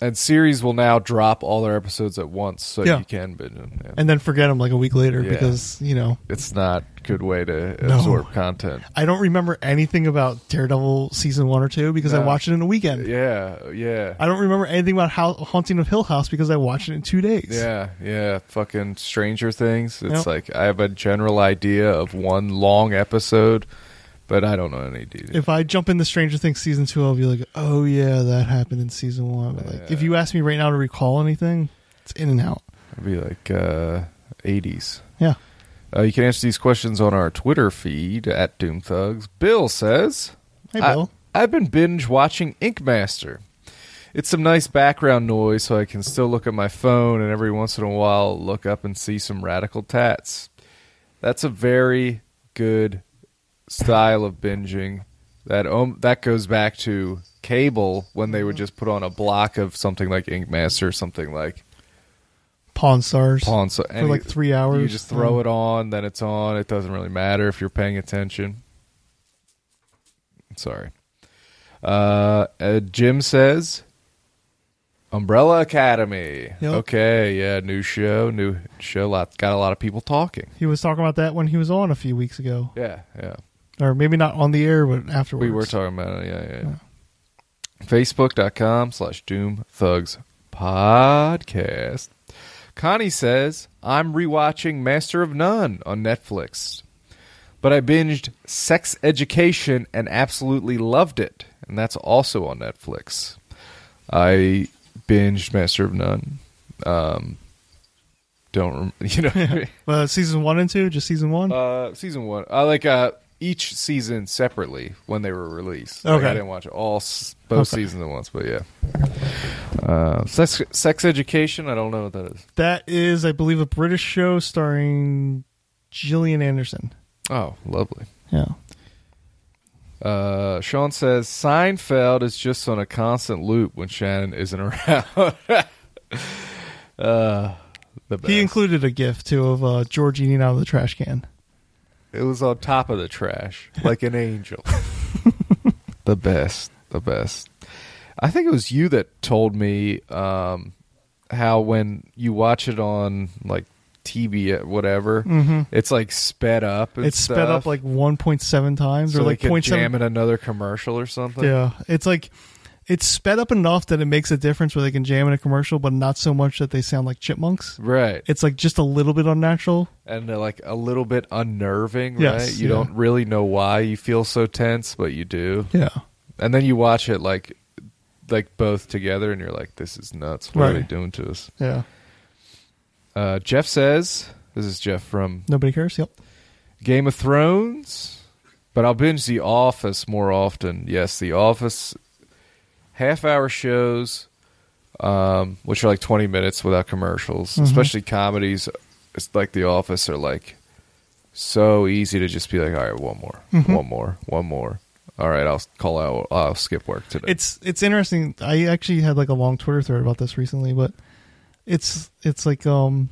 S1: and series will now drop all their episodes at once, so
S2: Yeah.
S1: you can binge them. yeah.
S2: and then forget them like a week later
S1: Yeah.
S2: because, you know,
S1: it's not a good way to
S2: No.
S1: absorb content.
S2: I don't remember anything about Daredevil season one or two because I
S1: No.
S2: watched it in a weekend.
S1: Yeah, yeah.
S2: I don't remember anything about how- Haunting of Hill House because I watched it in two days.
S1: Yeah, yeah. Fucking Stranger Things. It's
S2: Yep.
S1: like I have a general idea of one long episode, but I don't know any details.
S2: If I jump into Stranger Things season two, I'll be like, oh, yeah, that happened in season one. But like, if
S1: Yeah.
S2: you ask me right now to recall anything, it's in and out.
S1: It'd be like uh, 80s.
S2: Yeah.
S1: Uh, you can answer these questions on our Twitter feed at Doom Thugs. Bill says,
S2: Hey,
S1: I-
S2: Bill.
S1: I've been binge watching Ink Master. It's some nice background noise, so I can still look at my phone and every once in a while look up and see some radical tats. That's a very good style of binging. That om- that goes back to cable when they would just put on a block of something like Ink Master, something like
S2: Pawn Stars.
S1: Pawn. So
S2: for like three hours.
S1: you just throw
S2: Um,
S1: it on, then it's on. It doesn't really matter if you're paying attention. Sorry. Uh, uh, Jim says Umbrella Academy.
S2: Yep.
S1: Okay, yeah, new show, new show. Lot got a lot of people talking.
S2: He was talking about that when he was on a few weeks ago,
S1: Yeah, yeah.
S2: or maybe not on the air, but afterwards.
S1: We were talking about it. Yeah, yeah. yeah. Facebook.com slash Doom Thugs Podcast. Connie says, I'm rewatching Master of None on Netflix, but I binged Sex Education and absolutely loved it. And that's also on Netflix. I binged Master of None. Um, don't, rem- you know, what I mean?
S2: Uh, season one and two, just season one.
S1: Uh, season one. I like uh each season separately when they were released. Like,
S2: Okay.
S1: I didn't watch all s- both
S2: Okay.
S1: seasons at once, but yeah. Uh, sex, sex education. I don't know what that is.
S2: that is, I believe, a British show starring Gillian Anderson.
S1: Oh, lovely.
S2: Yeah,
S1: Uh, Sean says Seinfeld is just on a constant loop when Shannon isn't around. uh, The best.
S2: He included a gift too of uh, George eating out of the trash can.
S1: it was on top of the trash, like an angel. the best, the best. I think it was you that told me um, how when you watch it on like TV, whatever,
S2: Mm-hmm.
S1: it's like sped up. And
S2: It's sped up
S1: stuff,
S2: like 1.7 times
S1: so
S2: or like
S1: they could
S2: 0.7.
S1: jam in another commercial or something.
S2: Yeah, it's like it's sped up enough that it makes a difference where they can jam in a commercial, but not so much that they sound like chipmunks.
S1: Right.
S2: It's like just a little bit unnatural.
S1: and they're like a little bit unnerving,
S2: Yes,
S1: right? You
S2: yeah.
S1: don't really know why you feel so tense, but you do.
S2: Yeah,
S1: And then you watch it like like both together and you're like, This is nuts. What are they
S2: Right.
S1: doing to us?
S2: yeah.
S1: Uh, Jeff says this is Jeff from
S2: Nobody cares. Yep.
S1: Game of Thrones. But I'll binge The Office more often. Yes, The Office half hour shows, um, which are like 20 minutes without commercials,
S2: Mhm.
S1: especially comedies it's like The Office are like so easy to just be like, all right, one more,
S2: Mhm.
S1: one more, one more. All right, I'll call out, I'll skip work today.
S2: It's it's interesting. I actually had like a long Twitter thread about this recently, but it's it's like um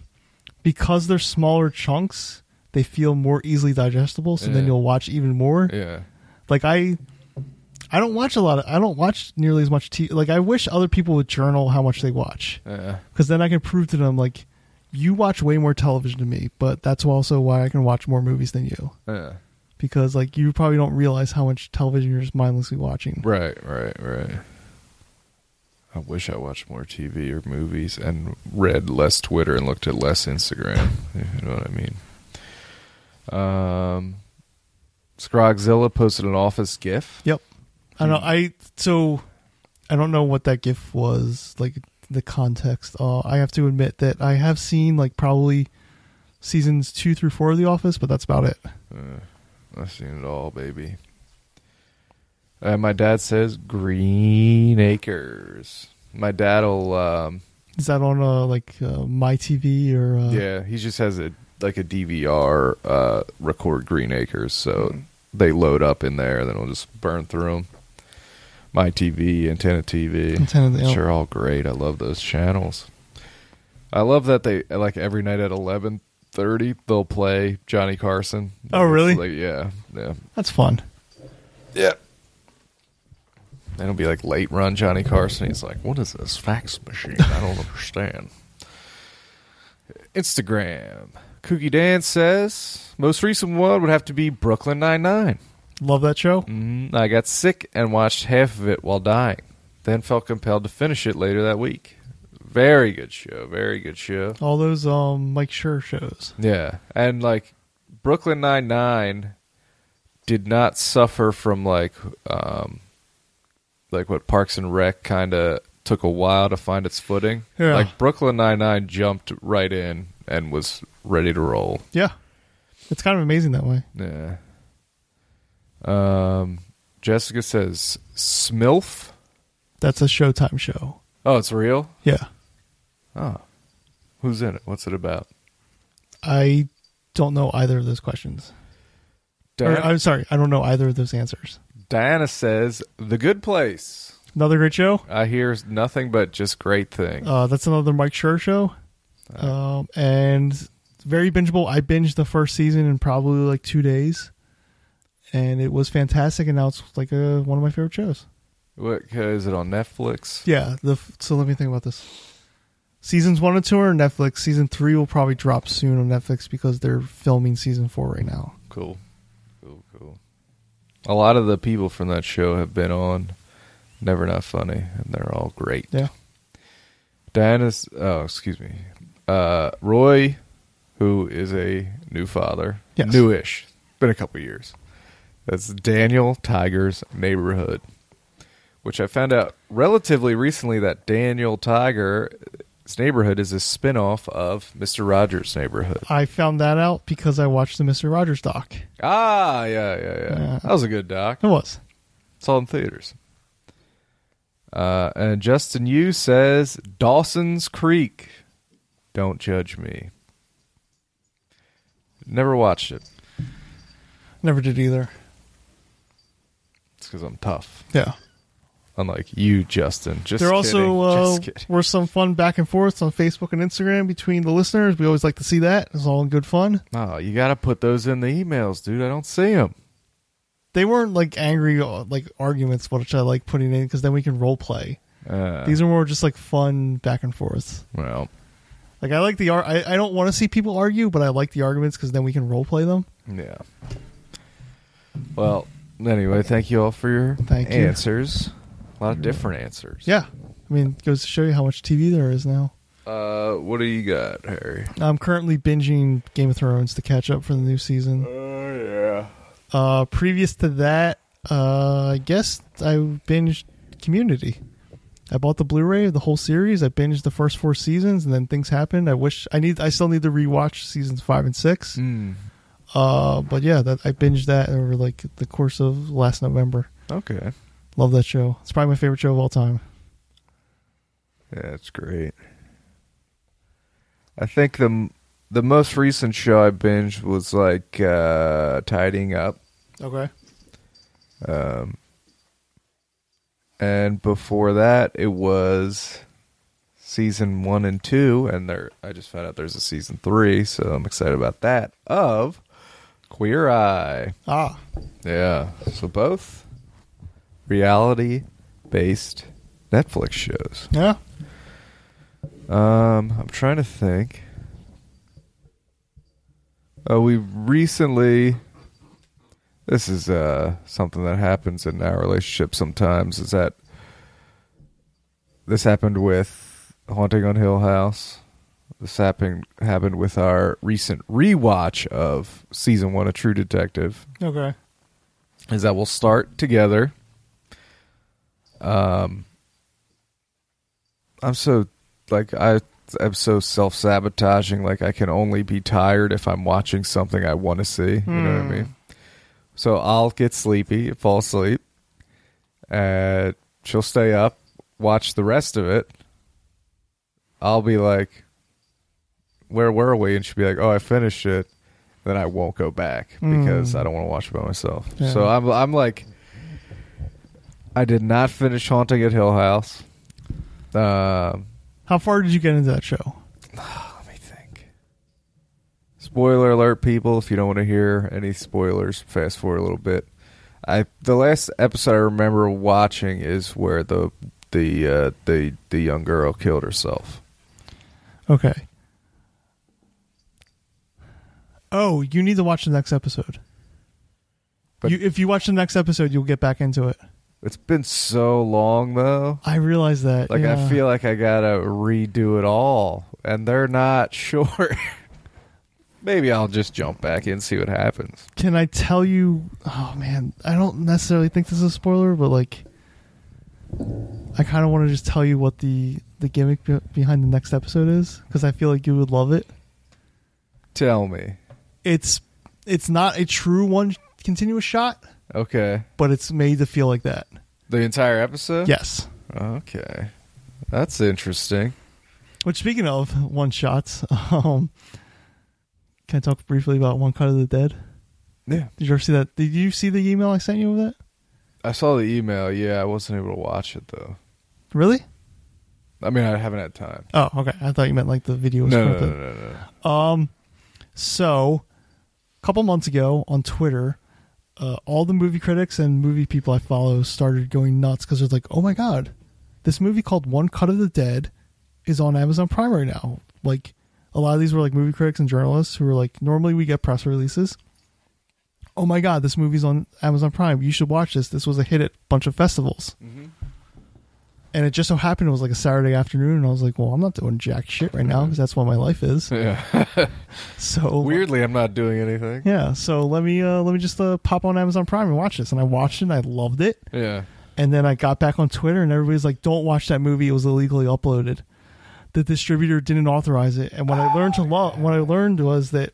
S2: because they're smaller chunks, they feel more easily digestible. So then
S1: Yeah.
S2: you'll watch even more.
S1: yeah.
S2: like i i don't watch a lot of i don't watch nearly as much tv like i wish other people would journal how much they watch
S1: Yeah.
S2: because then i can prove to them like you watch way more television than me but that's also why i can watch more movies than you
S1: Yeah.
S2: because like you probably don't realize how much television you're just mindlessly watching
S1: Right, right, right. I wish I watched more TV or movies and read less Twitter and looked at less Instagram. you know what I mean? Um, Scrogzilla posted an office GIF.
S2: yep i
S1: Hmm.
S2: know i so i don't know what that gif was like the context uh, i have to admit that i have seen like probably seasons two through four of the office but that's about it
S1: Uh, I've seen it all, baby. Uh, my dad says Green Acres. My dad'll, um,
S2: Is that on uh, like uh, my TV or uh,
S1: yeah, he just has a like a DVR uh, record Green Acres, so
S2: Hmm.
S1: they load up in there, then it'll just burn through them. My TV, antenna TV,
S2: Antenna, yeah.
S1: sure, all great. I love those channels. I love that they like every night at eleven thirty they'll play Johnny Carson.
S2: Oh, really?
S1: Like, yeah, yeah.
S2: That's fun.
S1: Yeah. And it'll be like late run Johnny Carson. He's like, what is this fax machine? I don't understand. Instagram. Kooky Dan says, most recent one would have to be Brooklyn Nine-Nine.
S2: Love that show.
S1: Mm, I got sick and watched half of it while dying. Then felt compelled to finish it later that week. Very good show. Very good show.
S2: All those um Mike Schur shows.
S1: Yeah, and like Brooklyn Nine Nine did not suffer from like um like what Parks and Rec kind of took a while to find its footing.
S2: Yeah.
S1: Like Brooklyn Nine Nine jumped right in and was ready to roll.
S2: Yeah, it's kind of amazing that way.
S1: Yeah. Um, Jessica says Smilf.
S2: That's a Showtime show.
S1: Oh, it's real.
S2: Yeah,
S1: Oh, who's in it? What's it about?
S2: I don't know either of those questions. Or,
S1: Diana,
S2: I'm sorry, I don't know either of those answers.
S1: Diana says The Good Place.
S2: Another great show.
S1: I hear nothing but just great things.
S2: Uh, that's another Mike Schur show. Um, and very bingeable. I binged the first season in probably like two days, and it was fantastic. And now it's like uh one of my favorite shows.
S1: What is it on Netflix?
S2: Yeah. The f- so let me think about this. Seasons one and two are on Netflix. Season three will probably drop soon on Netflix because they're filming season four right now.
S1: Cool, cool, cool. A lot of the people from that show have been on Never Not Funny, and they're all great.
S2: Yeah.
S1: Diana's, oh, excuse me, uh, Roy, who is a new father,
S2: Yes.
S1: newish, been a couple years. That's Daniel Tiger's neighborhood, which I found out relatively recently that Daniel Tiger's neighborhood is a spinoff of Mister Rogers' neighborhood.
S2: I found that out because I watched the Mister Rogers doc.
S1: Ah, yeah, yeah, yeah.
S2: Yeah.
S1: That was a good doc.
S2: It was
S1: It's all in theaters. Uh, and Justin Yu says Dawson's Creek. Don't judge me. Never watched it.
S2: never did either.
S1: It's because I'm tough.
S2: Yeah.
S1: Unlike you, Justin. Just
S2: there
S1: kidding.
S2: also uh,
S1: Just kidding.
S2: were some fun back and forths on Facebook and Instagram between the listeners. We always like to see that. It's all in good fun.
S1: Oh, you got to put those in the emails, dude. I don't see them.
S2: They weren't like angry uh, like arguments, which I like putting in because then we can role play.
S1: Uh,
S2: These are more just like fun back and forths.
S1: well,
S2: Like I like the ar- I, I don't want to see people argue, but I like the arguments because then we can role play them.
S1: yeah. Well, anyway, thank you all for your
S2: Thank you.
S1: answers. A lot of different answers.
S2: Yeah, I mean, it goes to show you how much TV there is now.
S1: Uh, what do you got, Harry?
S2: I'm currently binging Game of Thrones to catch up for the new season.
S1: Oh yeah.
S2: Uh, previous to that, uh, I guess I binged Community. I bought the Blu-ray of the whole series. I binged the first four seasons, and then things happened. I wish I need. I still need to rewatch seasons five and six.
S1: Hmm.
S2: Uh, but yeah, that I binged that over like the course of last November.
S1: Okay.
S2: Love that show. It's probably my favorite show of all time.
S1: That's great. I think the the most recent show I binged was like uh, tidying up,
S2: Okay.
S1: and before that it was season one and two, and there I just found out there's a season three, so I'm excited about that. Of Queer Eye,
S2: Ah,
S1: yeah. So both reality based Netflix shows.
S2: yeah.
S1: Um, I'm trying to think. Uh, we recently. This is uh, something that happens in our relationship sometimes. Is that this happened with Haunting on Hill House? This happened happened with our recent rewatch of season one of True Detective
S2: Okay.
S1: is that we'll start together. Um, I'm so like I I'm so self sabotaging. Like I can only be tired if I'm watching something I want to see. You know what I
S2: Hmm.
S1: mean? So I'll get sleepy, fall asleep, and she'll stay up, watch the rest of it. I'll be like, "Where were we?" And she'll be like, "Oh, I finished it." Then I won't go back because
S2: Hmm.
S1: I don't want to watch it by myself.
S2: Yeah.
S1: So I'm I'm like I did not finish Haunting at Hill House. Um
S2: How far did you get into that show?
S1: let me think. Spoiler alert people, if you don't want to hear any spoilers, fast forward a little bit. I the last episode I remember watching is where the the uh, the the young girl killed herself.
S2: Okay. Oh, you need to watch the next episode.
S1: But-
S2: you, if you watch the next episode, you'll get back into it.
S1: It's been so long though.
S2: I realize that.
S1: Like I
S2: yeah.
S1: feel like I gotta redo it all, and they're not sure. Maybe I'll just jump back in and see what happens.
S2: Can I tell you? Oh man, I don't necessarily think this is a spoiler, but like, I kind of want to just tell you what the the gimmick be- behind the next episode is because I feel like you would love it.
S1: Tell me,
S2: It's it's not a true one continuous shot,
S1: okay,
S2: but it's made to feel like that.
S1: the entire episode?
S2: Yes.
S1: Okay, that's interesting.
S2: Which, speaking of one shots, um, can I talk briefly about One Cut of the Dead?
S1: Yeah,
S2: Did you ever see that? Did you see the email I sent you of that?
S1: I saw the email. Yeah, I wasn't able to watch it though.
S2: Really?
S1: I mean, I haven't had time.
S2: Oh, okay. I thought you meant like the video.
S1: No,
S2: was
S1: no,
S2: worth
S1: no,
S2: it.
S1: no, no.
S2: Um, so a couple months ago on Twitter, uh, all the movie critics and movie people I follow started going nuts because they're like, "Oh my god, this movie called One Cut of the Dead is on Amazon Prime right now." Like, a lot of these were like movie critics and journalists who were like, "Normally we get press releases." Oh my god, this movie's on Amazon Prime. You should watch this. This was a hit at a bunch of festivals.
S1: Mm-hmm.
S2: And it just so happened it was like a Saturday afternoon, and I was like, "Well, I'm not doing jack shit right now because that's what my life is."
S1: Yeah.
S2: So
S1: Weirdly, I'm not doing anything.
S2: yeah. So let me uh, let me just uh, pop on Amazon Prime and watch this. And I watched it. and I loved it.
S1: Yeah.
S2: And then I got back on Twitter and everybody's like, "Don't watch that movie. It was illegally uploaded. The distributor didn't authorize it." And what I learned to love, what I learned was that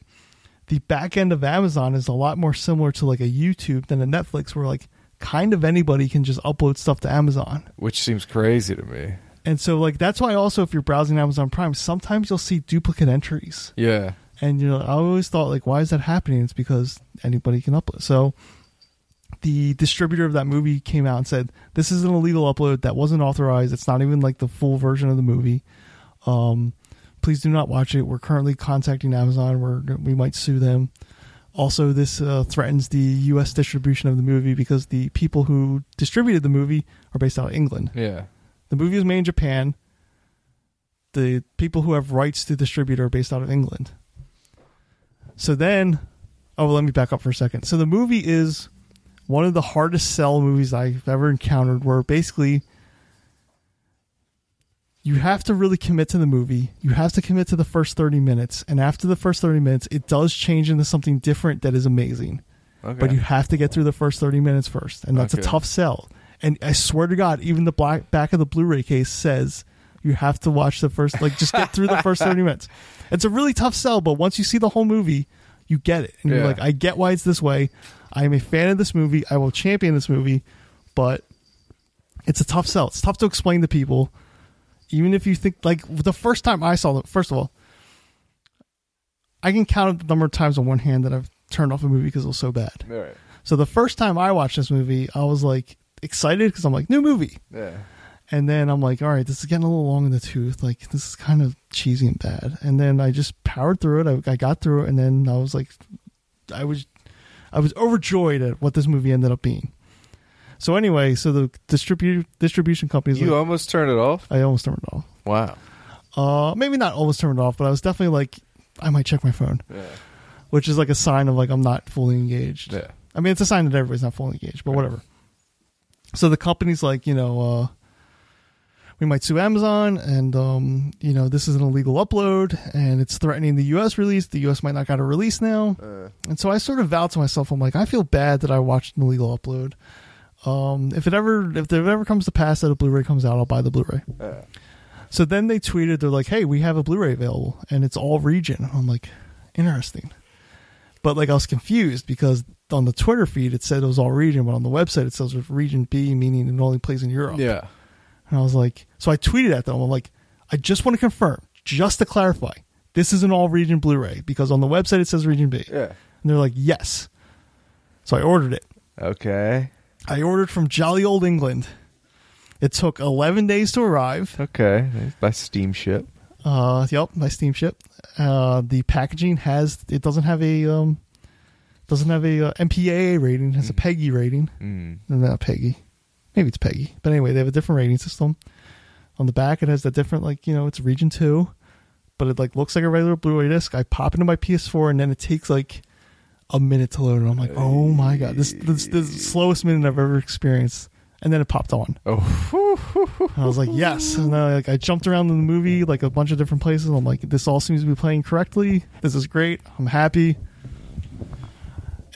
S2: the back end of Amazon is a lot more similar to like a YouTube than a Netflix, where like kind of anybody can just upload stuff to Amazon.
S1: Which seems crazy to me.
S2: And so like that's why also if you're browsing Amazon Prime, sometimes you'll see duplicate entries.
S1: Yeah.
S2: And you know, I always thought like, why is that happening? It's because anybody can upload. So the distributor of that movie came out and said this is an illegal upload that wasn't authorized. It's not even like the full version of the movie. Um, please do not watch it. We're currently contacting Amazon. We're we might sue them. Also, this uh, threatens the U.S. distribution of the movie because the people who distributed the movie are based out of England.
S1: Yeah.
S2: The movie was made in Japan. The people who have rights to distribute are based out of England. So then, oh, well, let me back up for a second. So the movie is one of the hardest sell movies I've ever encountered, where basically you have to really commit to the movie. You have to commit to the first 30 minutes. And after the first 30 minutes, it does change into something different that is amazing.
S1: Okay.
S2: But you have to get through the first 30 minutes first. And that's
S1: Okay.
S2: a tough sell. And I swear to God, even the black, back of the Blu ray case says you have to watch the first, like, just get through the first 30 minutes. It's a really tough sell, but once you see the whole movie, you get it. And
S1: Yeah.
S2: you're like, I get why it's this way. I am a fan of this movie. I will champion this movie, but it's a tough sell. It's tough to explain to people. Even if you think, like, the first time I saw it, first of all, I can count the number of times on one hand that I've turned off a movie because it was so bad.
S1: All right.
S2: So the first time I watched this movie, I was like excited because I'm like, new movie.
S1: Yeah.
S2: And then I'm like, all right, this is getting a little long in the tooth. Like, this is kind of cheesy and bad. And then I just powered through it. I, I got through it. And then I was like, I was, I was overjoyed at what this movie ended up being. So anyway, so the distribu- distribution companies,
S1: You
S2: like,
S1: almost turned it off.
S2: I almost turned it off.
S1: Wow.
S2: Uh, maybe not almost turned it off, but I was definitely like, I might check my phone,
S1: Yeah.
S2: which is like a sign of like, I'm not fully engaged.
S1: Yeah.
S2: I mean, it's a sign that everybody's not fully engaged, but
S1: Right.
S2: whatever. So the company's like, you know, uh, we might sue Amazon, and um, you know, this is an illegal upload, and it's threatening the U.S. release. The U.S. might not got a release now,
S1: Uh,
S2: and so I sort of vowed to myself, I'm like, I feel bad that I watched an illegal upload. Um, if it ever, if there ever comes to pass that a Blu-ray comes out, I'll buy the Blu-ray.
S1: uh,
S2: So then they tweeted, they're like, "Hey, we have a Blu-ray available, and it's all region." I'm like, "Interesting," but like I was confused because on the Twitter feed it said it was all region, but on the website it says it was region B, meaning it only plays in Europe.
S1: yeah.
S2: And I was like, so I tweeted at them. I'm like, I just want to confirm, just to clarify, this is an all region Blu-ray because on the website it says region B,
S1: Yeah.
S2: and they're like, "Yes." So I ordered it.
S1: Okay.
S2: I ordered from jolly old England. It took 11 days to arrive.
S1: Okay. By steamship.
S2: Uh, yep, my steamship. Uh, the packaging has it doesn't have a um, doesn't have a uh, MPAA rating. It has a PEGI rating.
S1: Mm.
S2: No, not PEGI. Maybe it's PEGI. But anyway, they have a different rating system. On the back, it has that different like you know it's region two, but it like looks like a regular Blu-ray disc. I pop into my PS4 and then it takes like a minute to load, and I'm like, oh my god, this this, this is the slowest minute I've ever experienced. And then it popped on.
S1: Oh.
S2: And I was like, yes. And then I, like, I jumped around in the movie like a bunch of different places. I'm like, this all seems to be playing correctly. This is great. I'm happy.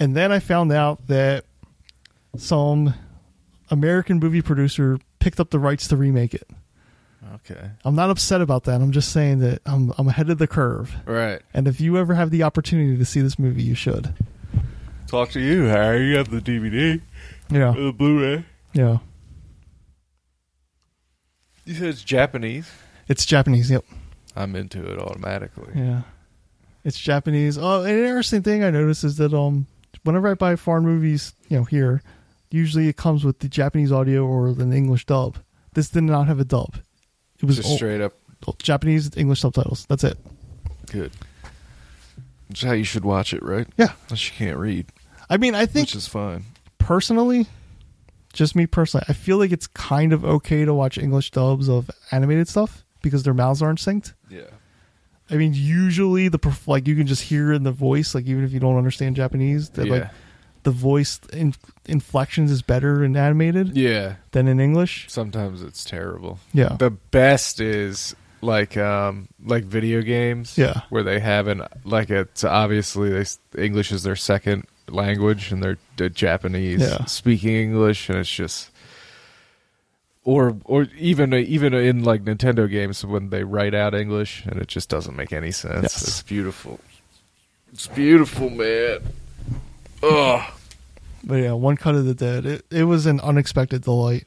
S2: And then I found out that some American movie producer picked up the rights to remake it.
S1: okay.
S2: I'm not upset about that. I'm just saying that I'm, I'm ahead of the curve.
S1: Right.
S2: And if you ever have the opportunity to see this movie, you should.
S1: Talk to you, Harry. You have the DVD,
S2: Yeah.
S1: the Blu-ray.
S2: Yeah.
S1: You said it's Japanese.
S2: It's Japanese. Yep.
S1: I'm into it automatically.
S2: Yeah. It's Japanese. Oh, an interesting thing I noticed is that um whenever I buy foreign movies, you know, here, usually it comes with the Japanese audio or an English dub. This did not have a dub. It was
S1: Just
S2: all-
S1: straight up
S2: all Japanese English subtitles. That's it.
S1: good. That's how you should watch it, right?
S2: Yeah.
S1: Unless you can't read,
S2: I mean, I think
S1: which is fine.
S2: personally, just me personally, I feel like it's kind of okay to watch English dubs of animated stuff because their mouths aren't synced.
S1: Yeah.
S2: I mean, usually the perf- like you can just hear in the voice, like even if you don't understand Japanese, that
S1: yeah.
S2: like the voice in, inflections is better in animated
S1: yeah.
S2: than in English.
S1: Sometimes it's terrible.
S2: Yeah.
S1: The best is like um like video games.
S2: Yeah.
S1: Where they have an like it's obviously they s- English is their second language and they're, they're Japanese
S2: Yeah.
S1: speaking English and it's just or or even even in like Nintendo games when they write out English and it just doesn't make any sense.
S2: Yes.
S1: It's beautiful. It's beautiful, man. Ugh.
S2: But yeah, one cut of the dead. It, it was an unexpected delight.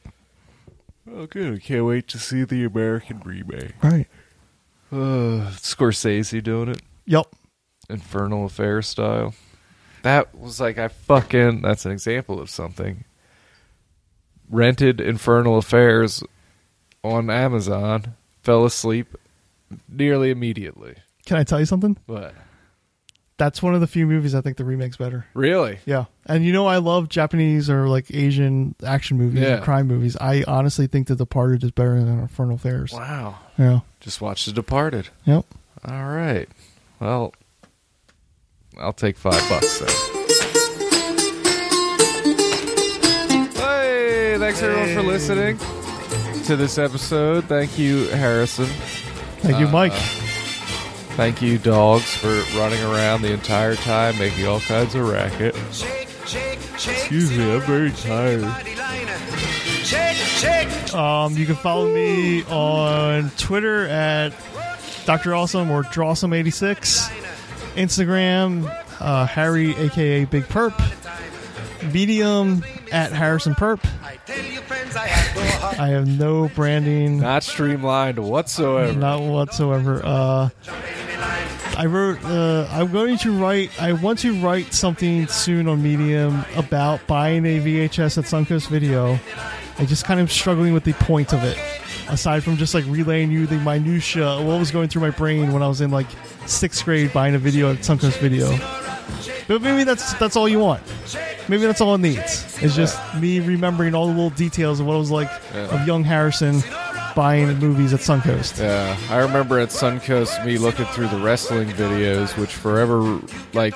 S1: Oh, good. I can't wait to see the American remake.
S2: Right.
S1: Uh, Scorsese doing it.
S2: Yep.
S1: Infernal Affair style. That was like I fucking that's an example of something. Rented Infernal Affairs on Amazon, fell asleep nearly immediately.
S2: Can I tell you something?
S1: But
S2: That's one of the few movies I think the remake's better.
S1: really?
S2: Yeah. And you know I love Japanese or like Asian action movies
S1: Yeah.
S2: or crime movies. I honestly think The Departed is better than Infernal Affairs.
S1: Wow.
S2: Yeah.
S1: Just watched The Departed.
S2: Yep.
S1: All right. Well, I'll take five bucks then. Hey, thanks everyone for listening to this episode. Thank you, Harrison.
S2: Thank you, Mike.
S1: Thank you, dogs, for running around the entire time, making all kinds of racket.
S3: Excuse
S1: me, I'm very tired.
S3: Shake, shake,
S2: Um, you can follow me on Twitter at Dr. Awesome or Drawsome86, Instagram, uh, Harry, aka Big Perp, Medium at Harrison Perp.
S3: I tell you, friends, I have no heart.
S2: I have no branding,
S1: Not streamlined whatsoever.
S2: not whatsoever. Uh, I wrote, uh, I'm going to write, I want to write something soon on Medium about buying a VHS at Suncoast Video. I just kind of struggling with the point of it. Aside from just like relaying you the minutia of what was going through my brain when I was in like sixth grade buying a video at Suncoast Video. But maybe that's that's all you want. Maybe that's all it needs. It's just me remembering all the little details of what it was like of young Harrison buying movies at Suncoast.
S1: Yeah, I remember at Suncoast me looking through the wrestling videos, which forever, like,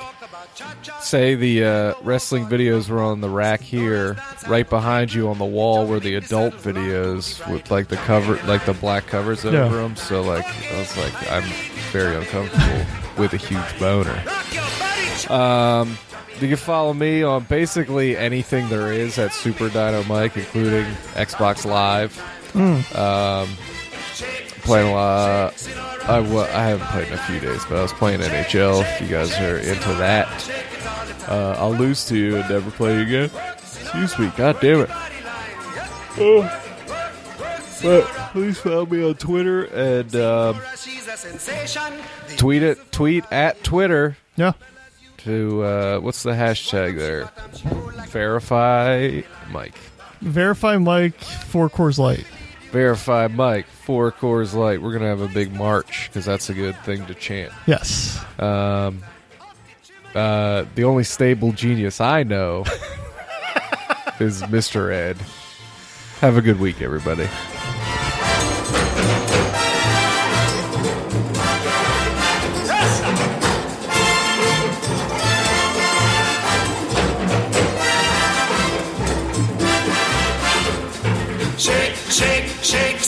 S1: say the uh, wrestling videos were on the rack here, right behind you on the wall were the adult videos with like the cover, like the black covers over
S2: Yeah.
S1: them. So like, I was like, I'm very uncomfortable with a huge boner. Um, you can follow me on basically anything there is at Super Dino Mike, including Xbox Live. Um, playing a lot. I wa- I haven't played in a few days, but I was playing NHL. If you guys are into that, uh, I'll lose to you and never play you again. Excuse me, god damn it. Oh. But please follow me on Twitter and um,
S3: She's a sensation. The
S1: tweet it. Tweet at Twitter
S2: Yeah.
S1: to uh, what's the hashtag there? Verify Mike.
S2: Verify Mike for Coors Light.
S1: Verify Mike. Four Coors Light. We're gonna have a big march because that's a good thing to chant.
S2: Yes.
S1: Um, uh, the only stable genius I know is Mr. Ed. Have a good week, everybody.
S3: Shake, shake, shake,